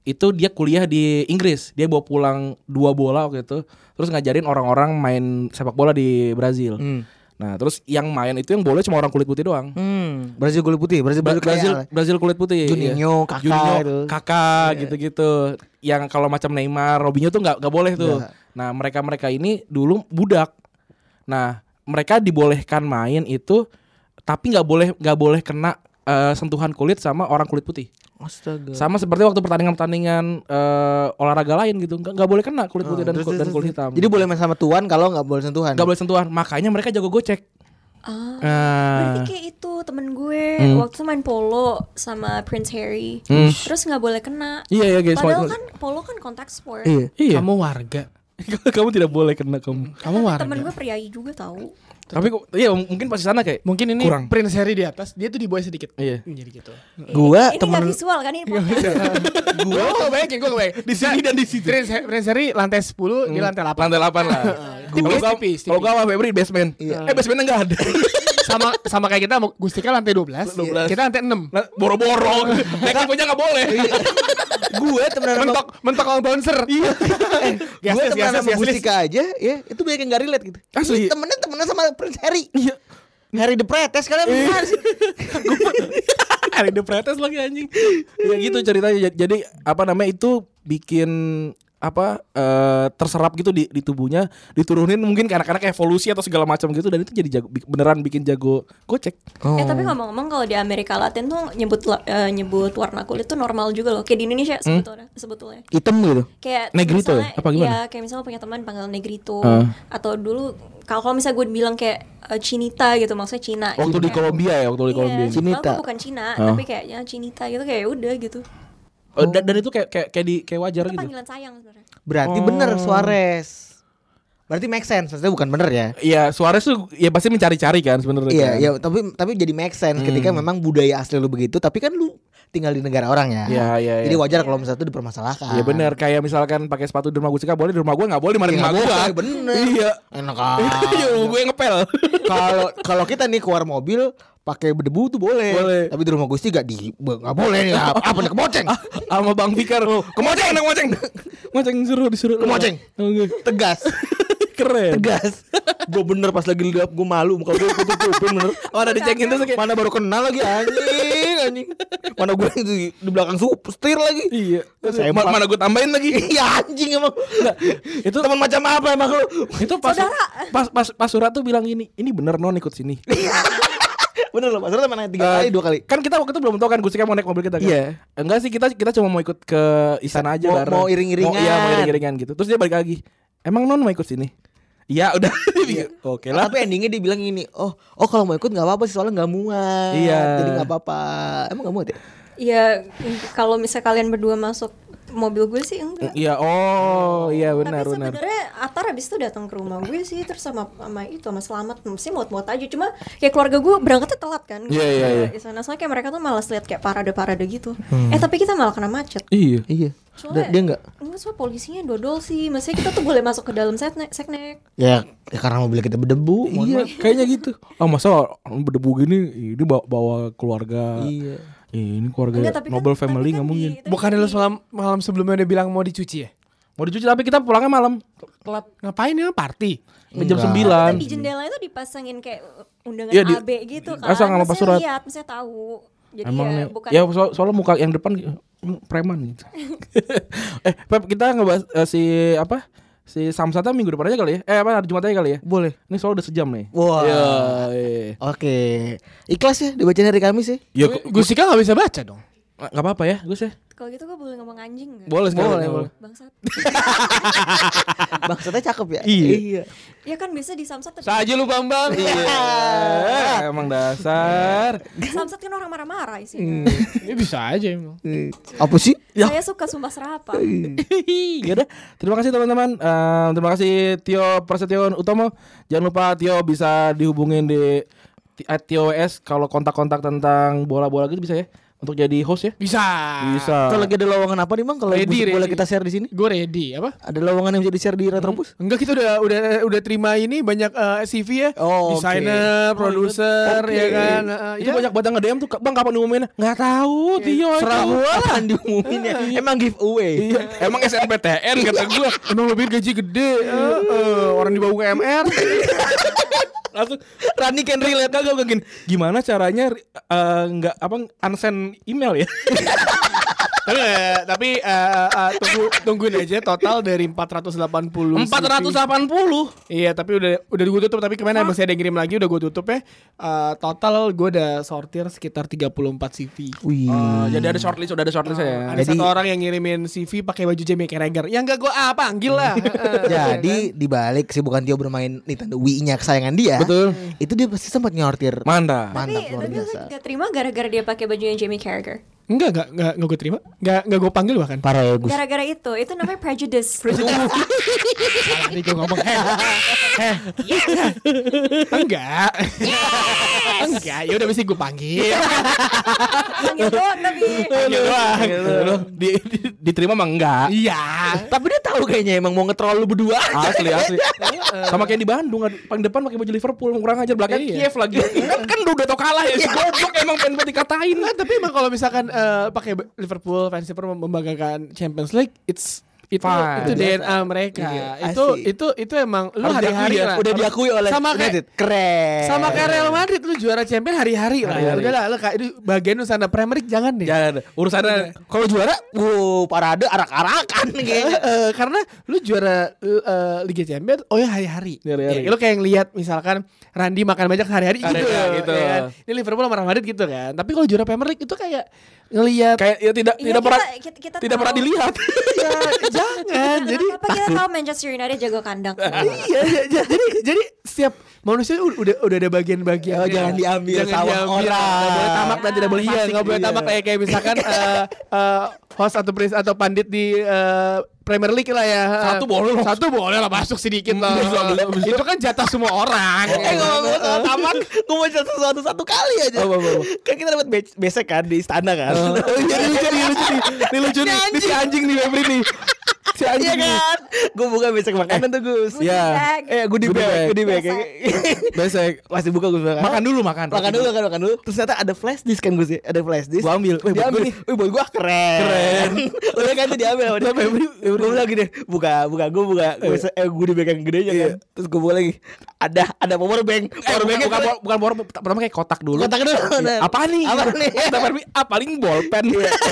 [SPEAKER 2] itu dia kuliah di Inggris, dia bawa pulang dua bola waktu itu, terus ngajarin orang-orang main sepak bola di Brazil.
[SPEAKER 3] Hmm.
[SPEAKER 2] Nah, terus yang main itu yang boleh cuma orang kulit putih doang.
[SPEAKER 3] Hmm, Brazil kulit putih, Brazil
[SPEAKER 2] Ba-
[SPEAKER 3] kulit
[SPEAKER 2] Brazil
[SPEAKER 3] kaya.
[SPEAKER 2] Brazil kulit putih.
[SPEAKER 3] Juninho,
[SPEAKER 2] iya.
[SPEAKER 3] Kaká
[SPEAKER 2] Juninho,
[SPEAKER 3] itu. Iya.
[SPEAKER 2] Kaká, gitu-gitu. Yang kalau macam Neymar, Robinho tuh nggak nggak boleh tuh.
[SPEAKER 3] Nggak.
[SPEAKER 2] Nah mereka mereka ini dulu budak. Nah mereka dibolehkan main itu, tapi nggak boleh nggak boleh kena eh, sentuhan kulit sama orang kulit putih.
[SPEAKER 3] Astaga.
[SPEAKER 2] Sama seperti waktu pertandingan-pertandingan eh, olahraga lain gitu, nggak nggak boleh kena kulit putih dan,
[SPEAKER 3] Ah, Terus,
[SPEAKER 2] kul-
[SPEAKER 3] terus,
[SPEAKER 2] dan
[SPEAKER 3] terus.
[SPEAKER 2] kulit hitam.
[SPEAKER 3] Jadi boleh main sama tuan kalau nggak boleh sentuhan.
[SPEAKER 2] nggak boleh sentuhan. Makanya mereka jago gocek.
[SPEAKER 4] Ah,
[SPEAKER 2] Ah.
[SPEAKER 4] Berarti kayak itu temen gue waktu itu main polo sama Prince Harry,
[SPEAKER 2] Hmm.
[SPEAKER 4] terus nggak boleh kena.
[SPEAKER 2] Iya iya guys.
[SPEAKER 4] Padahal kan polo kan kontak sport.
[SPEAKER 3] Iya.
[SPEAKER 2] Iya.
[SPEAKER 1] Kamu warga.
[SPEAKER 2] kamu tidak boleh kena kamu.
[SPEAKER 1] Kamu warga.
[SPEAKER 4] Temen gue priayi juga tahu.
[SPEAKER 2] Tapi kok iya mungkin pas di sana kayak
[SPEAKER 1] Mungkin ini
[SPEAKER 2] kurang.
[SPEAKER 1] Prince Harry di atas, dia tuh di bawah sedikit.
[SPEAKER 2] Iya.
[SPEAKER 1] Jadi gitu.
[SPEAKER 3] Gua
[SPEAKER 4] ini
[SPEAKER 3] temen Iya.
[SPEAKER 4] nggak visual kan ini podcast.
[SPEAKER 1] gue
[SPEAKER 2] Oh,
[SPEAKER 1] kebayangin, gue kebayangin.
[SPEAKER 2] Di sini dan di situ. Hmm.
[SPEAKER 1] Prince, Prince Harry lantai 10, dia lantai 8.
[SPEAKER 2] Lantai 8 lah. Kalau
[SPEAKER 1] Tipis,
[SPEAKER 2] gua
[SPEAKER 1] tipis,
[SPEAKER 2] kalau gua sama Febri basement. Eh basementnya enggak ada.
[SPEAKER 1] sama sama kayak kita Gustika lantai 12,
[SPEAKER 2] 12.
[SPEAKER 1] kita lantai 6.
[SPEAKER 2] Nah, Boro-boro. Naik punya enggak boleh.
[SPEAKER 3] gue temenan sama
[SPEAKER 1] Mentok mentok lawan bouncer. Iya.
[SPEAKER 3] gue
[SPEAKER 1] Gaslis,
[SPEAKER 3] temenan
[SPEAKER 1] gaslis,
[SPEAKER 3] sama
[SPEAKER 1] gaslis.
[SPEAKER 3] Gustika aja ya itu banyak yang gak relate gitu
[SPEAKER 2] Asli.
[SPEAKER 3] Ini temennya temenan sama Prince Harry iya Harry the Pretes kalian
[SPEAKER 2] Iya.
[SPEAKER 3] bukan sih
[SPEAKER 2] Ada depretes lagi anjing. ya gitu ceritanya. Jadi apa namanya itu bikin apa eh, terserap gitu di, di tubuhnya diturunin mungkin ke anak-anak evolusi atau segala macam gitu dan itu jadi jago, bi- beneran bikin jago gocek
[SPEAKER 4] Eh tapi
[SPEAKER 3] Oh.
[SPEAKER 4] ngomong-ngomong kalau di Amerika Latin tuh nyebut la- eh, nyebut warna kulit tuh normal juga loh. Kayak di Indonesia
[SPEAKER 3] Hmm?
[SPEAKER 4] sebetulnya sebetulnya.
[SPEAKER 3] hitam gitu
[SPEAKER 4] Kayak
[SPEAKER 2] Negrito ya?
[SPEAKER 4] misalnya,
[SPEAKER 2] Apa gimana?
[SPEAKER 4] Ya kayak misalnya punya teman panggil Negrito
[SPEAKER 2] Ah.
[SPEAKER 3] Hmm.
[SPEAKER 4] atau dulu kalau kalau misalnya gue bilang kayak eh, Chinita gitu maksudnya Cina.
[SPEAKER 2] waktu di
[SPEAKER 4] Kayak-
[SPEAKER 2] Kolombia ya waktu di Kolombia
[SPEAKER 4] Iya,
[SPEAKER 3] Oh, Chinita.
[SPEAKER 4] padahal gua bukan Cina,
[SPEAKER 2] Ah.
[SPEAKER 4] tapi kayaknya Chinita gitu kayak udah gitu.
[SPEAKER 2] Eh, dan, dan itu kayak kayak kayak, di, kayak wajar
[SPEAKER 4] Itu
[SPEAKER 2] gitu
[SPEAKER 4] panggilan sayang sebenarnya.
[SPEAKER 3] berarti bener
[SPEAKER 2] Oh.
[SPEAKER 3] Suarez berarti make sense maksudnya bukan bener ya
[SPEAKER 2] Iya Suarez tuh ya pasti mencari-cari kan sebenarnya.
[SPEAKER 3] Iya,
[SPEAKER 2] kan?
[SPEAKER 3] iya, tapi tapi jadi make sense ketika
[SPEAKER 2] Hmm.
[SPEAKER 3] memang budaya asli lu begitu, tapi kan lu tinggal di negara orang ya.
[SPEAKER 2] Iya, iya,
[SPEAKER 3] Jadi
[SPEAKER 2] iya.
[SPEAKER 3] wajar kalau misalnya itu dipermasalahkan.
[SPEAKER 2] Iya benar kayak misalkan pakai sepatu di rumah Gusika boleh di rumah gue nggak boleh di mana
[SPEAKER 3] Ah. Iya,
[SPEAKER 2] rumah
[SPEAKER 3] nggak
[SPEAKER 2] gue.
[SPEAKER 3] boleh, bener. Ah,
[SPEAKER 2] Iya.
[SPEAKER 3] Enak
[SPEAKER 2] Iya
[SPEAKER 3] aja.
[SPEAKER 2] gue ngepel.
[SPEAKER 3] Kalau kalau kita nih keluar mobil pakai berdebu tuh boleh.
[SPEAKER 2] Boleh.
[SPEAKER 3] Tapi di rumah Gusti gak di nggak boleh nih. Apa apa nih keboceng?
[SPEAKER 2] Ah, Sama Bang Fikar Kemoceng anak kemoceng. Kemoceng suruh disuruh.
[SPEAKER 3] Kemoceng.
[SPEAKER 2] Oke.
[SPEAKER 3] Tegas.
[SPEAKER 2] Keren.
[SPEAKER 3] Tegas. gue bener pas lagi lihat gue malu muka gue tutupin bener.
[SPEAKER 2] Oh ada dicengin terus kayak
[SPEAKER 3] Mana baru kenal lagi anjing, anjing. Mana gue yang di, di belakang sup, setir lagi.
[SPEAKER 2] Iya.
[SPEAKER 3] Saya
[SPEAKER 2] Ma- Mana gue tambahin lagi.
[SPEAKER 3] Iya anjing emang.
[SPEAKER 2] itu teman macam apa emang lu? Itu pas pas pas pas Surat tuh bilang gini, ini bener non ikut sini.
[SPEAKER 3] Bener loh, masalah mana tiga
[SPEAKER 2] Eh,
[SPEAKER 3] kali dua kali.
[SPEAKER 2] Kan kita waktu itu belum tahu kan Gusika mau naik mobil kita kan.
[SPEAKER 3] Iya.
[SPEAKER 2] Enggak sih kita kita cuma mau ikut ke istana aja
[SPEAKER 3] Mau-
[SPEAKER 2] bareng.
[SPEAKER 3] mau iring-iringan.
[SPEAKER 2] Mau- Iya, mau iring-iringan gitu. Terus dia balik lagi. Emang non mau ikut sini? Iya, udah. Oke lah.
[SPEAKER 3] Tapi endingnya dia bilang gini, oh oh kalau mau ikut nggak apa-apa sih soalnya nggak muat.
[SPEAKER 2] Iya.
[SPEAKER 3] Jadi nggak apa-apa. Emang nggak muat ya?
[SPEAKER 4] Iya, kalau misalnya kalian berdua masuk mobil gue sih enggak.
[SPEAKER 2] Iya, oh, iya benar
[SPEAKER 4] Tapi
[SPEAKER 2] benar.
[SPEAKER 4] sebenarnya Atar habis itu datang ke rumah gue sih terus sama sama itu sama Selamat sih muat-muat aja cuma kayak keluarga gue berangkatnya telat kan.
[SPEAKER 2] Iya, iya, iya. Hmm.
[SPEAKER 4] Di sana soalnya kayak mereka tuh malas lihat kayak parade-parade gitu. Eh tapi kita malah kena macet.
[SPEAKER 2] Iya.
[SPEAKER 3] Iya.
[SPEAKER 4] Soalnya
[SPEAKER 3] dia nggak.
[SPEAKER 4] Enggak soal polisinya dodol sih. Maksudnya kita tuh boleh masuk ke dalam seknek. seknek.
[SPEAKER 3] Ya, ya karena mobil kita berdebu. mohon
[SPEAKER 2] Iya,
[SPEAKER 3] maaf.
[SPEAKER 2] kayaknya gitu. Ah, masa berdebu gini ini bawa, bawa keluarga.
[SPEAKER 3] Iya.
[SPEAKER 2] "Ih, ini keluarga
[SPEAKER 4] Enggak, tapi kan-
[SPEAKER 2] Nobel
[SPEAKER 4] tapi
[SPEAKER 2] family
[SPEAKER 4] kan
[SPEAKER 2] nggak
[SPEAKER 4] di-
[SPEAKER 2] mungkin.
[SPEAKER 4] tapi
[SPEAKER 1] Bukan
[SPEAKER 4] kan
[SPEAKER 1] lu
[SPEAKER 4] di-
[SPEAKER 1] semalam malam sebelumnya udah bilang mau dicuci ya?
[SPEAKER 2] Mau dicuci tapi kita pulangnya malam telat
[SPEAKER 1] Ngapain ya party?
[SPEAKER 2] jam
[SPEAKER 3] Enggak.
[SPEAKER 4] Kan
[SPEAKER 2] 9.
[SPEAKER 4] di jendela itu dipasangin kayak undangan
[SPEAKER 2] Iya, di-
[SPEAKER 4] AB gitu kan.
[SPEAKER 2] asal nggak lepas
[SPEAKER 4] Maksudnya
[SPEAKER 2] surat.
[SPEAKER 4] lihat, maksudnya tahu. Jadi
[SPEAKER 2] Emang
[SPEAKER 4] ya
[SPEAKER 2] nih,
[SPEAKER 4] bukan
[SPEAKER 2] ya so- soalnya muka yang depan mm, preman gitu. eh, Pep, kita ngebahas eh, si apa? Si Samsata minggu depan aja kali ya. Eh, apa hari Jumat aja kali ya?
[SPEAKER 3] Boleh.
[SPEAKER 2] Ini soalnya udah sejam nih.
[SPEAKER 3] Wah.
[SPEAKER 2] Ya, iya.
[SPEAKER 3] Oke. Ikhlas ya dibacanya hari Kamis ya.
[SPEAKER 2] Ya, gu- gu-
[SPEAKER 1] Gusika nggak bisa baca dong.
[SPEAKER 2] nggak apa-apa ya, Gus ya.
[SPEAKER 4] kalau gitu gue boleh ngomong anjing nggak?
[SPEAKER 2] Boleh,
[SPEAKER 3] Boleh,
[SPEAKER 2] boleh,
[SPEAKER 3] boleh.
[SPEAKER 2] boleh.
[SPEAKER 4] Bangsat.
[SPEAKER 3] Maksudnya cakep ya.
[SPEAKER 2] Iya.
[SPEAKER 4] ya kan biasa di Samsat tapi
[SPEAKER 2] Saja lu Bambang. Iya. Emang dasar.
[SPEAKER 4] Samsat kan orang marah-marah isinya.
[SPEAKER 1] Ini bisa aja emang.
[SPEAKER 3] Eh, Apa sih?
[SPEAKER 4] Saya suka sumpah serapa.
[SPEAKER 2] ya udah terima kasih teman-teman Eh, terima kasih Tio Prasetyo Utomo jangan lupa Tio bisa dihubungin di T- at Tio WS kalau kontak-kontak tentang bola-bola gitu bisa ya untuk jadi host ya
[SPEAKER 1] Bisa.
[SPEAKER 2] bisa
[SPEAKER 3] Ah, Kalau lagi ada lowongan apa nih Bang kalau
[SPEAKER 1] Ready,
[SPEAKER 3] musik boleh
[SPEAKER 1] ready.
[SPEAKER 3] kita share di sini?
[SPEAKER 1] Gue ready apa?
[SPEAKER 3] Ada lowongan yang bisa di share di Retropus?
[SPEAKER 1] Enggak kita udah udah udah terima ini banyak eh, CV ya.
[SPEAKER 3] Oh, oke.
[SPEAKER 1] Desainer, produser ya kan. Eh,
[SPEAKER 2] itu
[SPEAKER 1] ya.
[SPEAKER 2] banyak banget yang nge-DM tuh Bang kapan diumuminnya nggak tahu Tio
[SPEAKER 3] Serah
[SPEAKER 2] itu.
[SPEAKER 3] gua lah diumumin ya. Emang giveaway.
[SPEAKER 2] Iya, emang SNPTN kata gua
[SPEAKER 1] Iya. Emang lebih gaji gede. eh, eh, orang di bawah UMR.
[SPEAKER 2] langsung Rani can relate kagak gua gini gimana caranya eh, nggak apa unsend email ya
[SPEAKER 1] tapi eh, tapi eh, eh, tunggu tungguin aja total dari 480. CV.
[SPEAKER 2] 480
[SPEAKER 1] Iya, tapi udah udah gue tutup tapi kemana ya, masih ada yang kirim lagi udah gue tutup ya. Eh, total gue udah sortir sekitar 34 CV.
[SPEAKER 3] Wih.
[SPEAKER 2] Oh, jadi ada shortlist, udah ada shortlist ya.
[SPEAKER 3] Jadi-
[SPEAKER 1] Ada satu orang yang ngirimin CV pakai baju Jamie Carragher. Yang enggak gua ah panggil lah.
[SPEAKER 3] Jadi dibalik sih bukan Tio bermain Nintendo Wii-nya kesayangan dia.
[SPEAKER 2] Betul.
[SPEAKER 3] Itu dia pasti sempat nyortir.
[SPEAKER 2] Mantap.
[SPEAKER 4] tapi
[SPEAKER 3] Mantap luar
[SPEAKER 4] tapi
[SPEAKER 3] biasa.
[SPEAKER 4] gak terima gara-gara dia pakai bajunya Jamie Carragher.
[SPEAKER 1] Enggak enggak enggak enggak gue terima. Enggak enggak gue panggil bahkan.
[SPEAKER 3] Parah ya Gus.
[SPEAKER 4] Gara-gara itu, itu namanya prejudice.
[SPEAKER 1] Tadi gue ngomong "Heh, heh." Enggak. Enggak, ya udah mesti gue panggil.
[SPEAKER 3] Iya,
[SPEAKER 4] Panggil doang tapi
[SPEAKER 1] Panggil doang.
[SPEAKER 2] Loh, Iya di, di- diterima mah enggak?
[SPEAKER 1] Iya.
[SPEAKER 3] Tapi dia tahu kayaknya emang mau ngetrol lu berdua.
[SPEAKER 2] Asli asli. Sama kayak di Bandung kan, paling depan pakai baju Liverpool, kurang ajar belakang
[SPEAKER 1] Iya.
[SPEAKER 2] Kiev lagi. kan, kan udah tau kalah ya, si goblok emang pengen buat dikatain.
[SPEAKER 1] Nah, tapi emang kalau misalkan eh, pakai ba- Liverpool fans Liverpool mem- membanggakan Champions League, it's itu
[SPEAKER 2] Fine.
[SPEAKER 1] itu DNA mereka.
[SPEAKER 3] Iya,
[SPEAKER 1] itu
[SPEAKER 3] asik.
[SPEAKER 1] itu itu emang lu
[SPEAKER 3] Harus diakui
[SPEAKER 1] hari-hari
[SPEAKER 3] ya,
[SPEAKER 1] lah.
[SPEAKER 3] udah
[SPEAKER 1] Harus-
[SPEAKER 3] diakui oleh
[SPEAKER 1] sama kayak
[SPEAKER 3] United. Eh. keren.
[SPEAKER 1] sama kayak Real Madrid lu juara champion hari-hari lah. Ya
[SPEAKER 2] Hari-hari.
[SPEAKER 1] udahlah lu kayak itu bagian lu sana Premier League jangan deh.
[SPEAKER 2] Jangan, Ya, urusannya
[SPEAKER 3] Kalau juara, wow, parade arak-arakan
[SPEAKER 1] Eh,
[SPEAKER 3] kayaknya.
[SPEAKER 1] eh, karena lu juara eh, eh, Liga Champions, oh ya hari-hari.
[SPEAKER 2] Hari-hari.
[SPEAKER 1] Ya, lu kayak ngelihat misalkan Randy makan banyak hari-hari gitu,
[SPEAKER 2] Hari-hari,
[SPEAKER 1] ya
[SPEAKER 2] gitu.
[SPEAKER 1] kan. Ini Liverpool sama Real Madrid gitu kan. Tapi kalau juara Premier League itu kayak ngelihat
[SPEAKER 2] kayak ya tidak
[SPEAKER 4] Iya,
[SPEAKER 2] tidak
[SPEAKER 4] kita-
[SPEAKER 2] pernah
[SPEAKER 4] kita- kita
[SPEAKER 2] tidak
[SPEAKER 4] tahu.
[SPEAKER 2] pernah dilihat.
[SPEAKER 1] ya, jangan. Jadi
[SPEAKER 4] Iya, apa kita tahu Manchester United jago kandang.
[SPEAKER 1] iya, iya, iya. jadi jadi setiap manusia u- udah udah ada bagian-bagian. Iya.
[SPEAKER 3] Oh, jangan diambil sama orang.
[SPEAKER 1] Nggak boleh tamak dan tidak boleh
[SPEAKER 3] Iya,
[SPEAKER 1] iya, nggak boleh
[SPEAKER 3] iya.
[SPEAKER 1] tamak kayak kayak misalkan eh, eh, host atau pris atau pandit di eh, Premier League lah ya.
[SPEAKER 2] Satu boleh loh.
[SPEAKER 1] Satu boleh lah masuk sedikit lah.
[SPEAKER 2] Bisa, bisa, bisa.
[SPEAKER 1] Itu kan jatah semua orang.
[SPEAKER 3] Eh ngomong-ngomong soal tamak, gue mau cerita sesuatu satu kali aja.
[SPEAKER 2] Apa, apa, apa?
[SPEAKER 3] Kan kita dapat be- besek kan di istana kan.
[SPEAKER 2] Jadi lucu nih, lucu nih. Ini lucu nih, ini si anjing nih Febri nih. Si
[SPEAKER 3] Iya
[SPEAKER 2] anjing nih.
[SPEAKER 3] kan? Gue buka besek makanan tuh Gus.
[SPEAKER 4] Goodie
[SPEAKER 2] Iya.
[SPEAKER 4] bag.
[SPEAKER 3] Eh, goodie
[SPEAKER 2] Goodie bag.
[SPEAKER 3] bag, goodie bag. ya.
[SPEAKER 4] Besek.
[SPEAKER 3] kan?
[SPEAKER 2] Besek.
[SPEAKER 3] Masih buka Gus makan.
[SPEAKER 2] Makan dulu makan.
[SPEAKER 3] ya. Makan dulu, makan, makan dulu. Terus ternyata ada flash disk kan Gus ya? Ada flash disk.
[SPEAKER 2] Gua ambil. Wih, buat
[SPEAKER 3] Diambil
[SPEAKER 2] gua eh,
[SPEAKER 3] nih. Wih, buat gua keren.
[SPEAKER 2] Keren.
[SPEAKER 3] Udah kan tuh diambil sama dia. Gue bilang gini, buka, buka, gue buka. Gue eh, gue di bag yang gede aja kan. Terus gue buka lagi. Ada, ada power bank.
[SPEAKER 2] Eh,
[SPEAKER 3] Power
[SPEAKER 2] bukan,
[SPEAKER 3] banknya
[SPEAKER 2] bukan,
[SPEAKER 3] gua-
[SPEAKER 2] bukan power bank, pertama kayak kotak dulu.
[SPEAKER 3] Kotak dulu.
[SPEAKER 2] Iya. Apa nih?
[SPEAKER 3] Apa nih? Iya.
[SPEAKER 2] Eh, Kata Barbie, ah paling bolpen.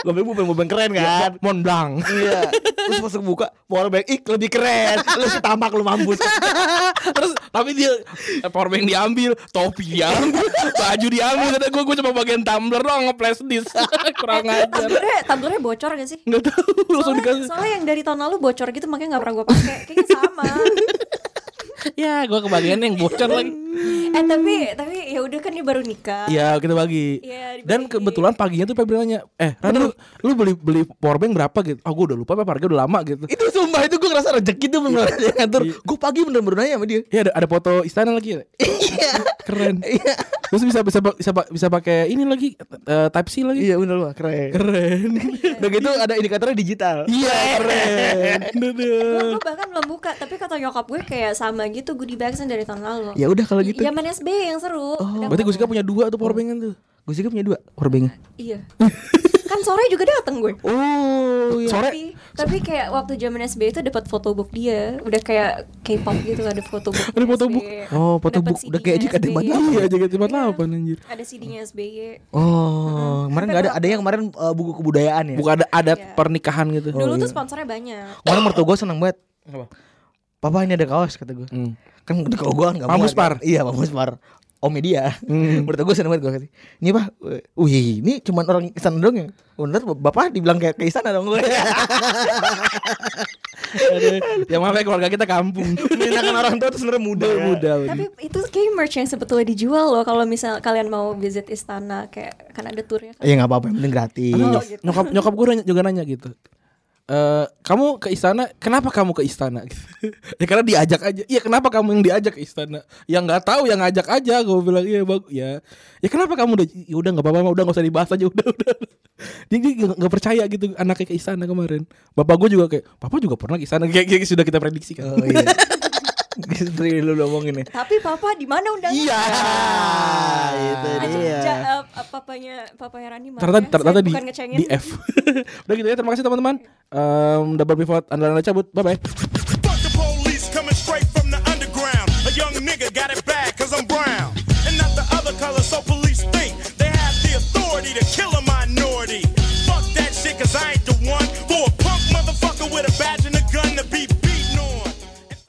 [SPEAKER 3] Gue bilang power bank keren kan.
[SPEAKER 2] Monblanc.
[SPEAKER 3] Iya. Terus pas gua buka power bank, ih lebih keren. Lu si tamak lu mampus.
[SPEAKER 2] Terus tapi dia eh, power bank diambil, topi diambil, baju diambil. Kata gue gue cuma bagian tumbler doang nge-flash disk. Kurang
[SPEAKER 4] Eh,
[SPEAKER 2] ajar.
[SPEAKER 4] tumblernya, tumblernya bocor gak sih?
[SPEAKER 2] Enggak tahu langsung
[SPEAKER 4] Soalnya,
[SPEAKER 2] dikasih.
[SPEAKER 4] soalnya yang dari tahun lalu bocor gitu makanya gak pernah gue pakai. Kayaknya sama.
[SPEAKER 2] Ya, gue kebagian yang bocor lagi.
[SPEAKER 4] eh tapi tapi ya udah kan ini baru nikah.
[SPEAKER 2] Iya, kita bagi.
[SPEAKER 4] Iya, dibagi.
[SPEAKER 2] Dan kebetulan paginya tuh Febri nanya, "Eh, Ran, lu, lu beli beli power bank berapa gitu?" Ah, gua udah lupa, Pak, harga udah lama gitu.
[SPEAKER 3] itu sumpah itu gue ngerasa rezeki tuh bener dia ngatur gue pagi bener-bener nanya sama dia
[SPEAKER 2] Iya ada, ada foto istana lagi ya.
[SPEAKER 3] iya
[SPEAKER 2] Keren.
[SPEAKER 3] Iya.
[SPEAKER 2] Terus bisa bisa bisa bisa pakai ini lagi eh, type C lagi.
[SPEAKER 3] iya bener lah keren
[SPEAKER 2] Keren.
[SPEAKER 3] udah gitu ada indikatornya digital
[SPEAKER 2] Iya, keren.
[SPEAKER 4] Gue bahkan belum buka tapi kata nyokap gue kayak sama gitu goodie bagsnya dari tahun lalu.
[SPEAKER 3] ya udah kalau gitu
[SPEAKER 4] Zaman SB yang seru. Udah
[SPEAKER 2] Berarti
[SPEAKER 4] mau-
[SPEAKER 2] Gusika punya dua tuh power bank tuh.
[SPEAKER 3] Gue sih punya dua Urbengnya
[SPEAKER 4] Iya. kan sore juga dateng gue.
[SPEAKER 3] Oh iya.
[SPEAKER 2] Sore
[SPEAKER 4] Tapi, tapi kayak waktu zaman SB itu dapat photobook dia, udah kayak K-pop gitu ada photobook.
[SPEAKER 2] Ada photobook.
[SPEAKER 4] SBY.
[SPEAKER 3] Oh
[SPEAKER 4] Dapat
[SPEAKER 3] foto book
[SPEAKER 4] CD-nya
[SPEAKER 3] Udah kayak jika ada
[SPEAKER 4] SBY.
[SPEAKER 3] banyak
[SPEAKER 2] Iya, JKT48 anjir.
[SPEAKER 4] Ada CD-nya SBY.
[SPEAKER 3] Oh kemarin gak ada Ada yang kemarin eh, buku kebudayaan ya
[SPEAKER 2] Bukan ada adat
[SPEAKER 4] Iya.
[SPEAKER 2] pernikahan gitu.
[SPEAKER 4] Dulu tuh sponsornya banyak.
[SPEAKER 3] Kemarin mertua gue seneng banget
[SPEAKER 2] Apa?
[SPEAKER 3] Papa ini ada kaos kata gue
[SPEAKER 2] Hmm.
[SPEAKER 3] Kan di kalau gue kan gak
[SPEAKER 2] Pak
[SPEAKER 3] muat,
[SPEAKER 2] Muspar.
[SPEAKER 3] kan. Iya Pak Muspar Omnya dia
[SPEAKER 2] Hmm.
[SPEAKER 3] Mertua gue seneng banget gue kasih Ini pak Wih ini cuman orang istana dong ya Bener bapak dibilang kayak ke istana dong gue
[SPEAKER 2] Yang mana Ya, keluarga kita kampung.
[SPEAKER 3] Menyenangkan orang tua tuh sebenernya muda
[SPEAKER 2] Muda.
[SPEAKER 4] Tapi itu kayak merch yang sebetulnya dijual loh kalau misal kalian mau visit istana kayak kan ada turnya kan.
[SPEAKER 3] Ya gak apa-apa yang penting gratis
[SPEAKER 4] Oh,
[SPEAKER 2] Tapi Iya, nyok-
[SPEAKER 4] gitu.
[SPEAKER 2] nyokap nyokap gue nanya- juga nanya gitu. Eh, kamu ke istana, kenapa kamu ke istana? Gitu. ya karena diajak aja. Iya, kenapa kamu yang diajak ke istana? Yang nggak tahu yang ngajak aja. Gue bilang iya bang, ya. Ya kenapa kamu udah? Ya udah nggak apa-apa, Ma. udah nggak usah dibahas aja. Udah udah. Dia dia nggak- nggak percaya gitu anaknya ke istana kemarin. Bapak gue juga kayak, papa juga pernah ke istana. Kayak, kayak sudah kita prediksi kan. Gitu,
[SPEAKER 3] Oh iya Istri lu ngomongin ya
[SPEAKER 4] Tapi papa di mana undangan?
[SPEAKER 3] Iya Itu
[SPEAKER 4] Aja, ja,
[SPEAKER 3] dia
[SPEAKER 4] eh, papanya papanya Rani
[SPEAKER 2] Iya.
[SPEAKER 4] maaf
[SPEAKER 2] ternyata
[SPEAKER 4] ya, saya
[SPEAKER 2] ternyata di,
[SPEAKER 4] bukan ngecengin.
[SPEAKER 2] di F udah gitu ya terima kasih teman-teman um, double pivot andalan Anda cabut bye bye
[SPEAKER 6] Fuck the police coming straight from the underground. A young nigga got it bad cause I'm brown. And not the other color, so police think they have the authority to kill a minority. Fuck that shit cause I ain't the one.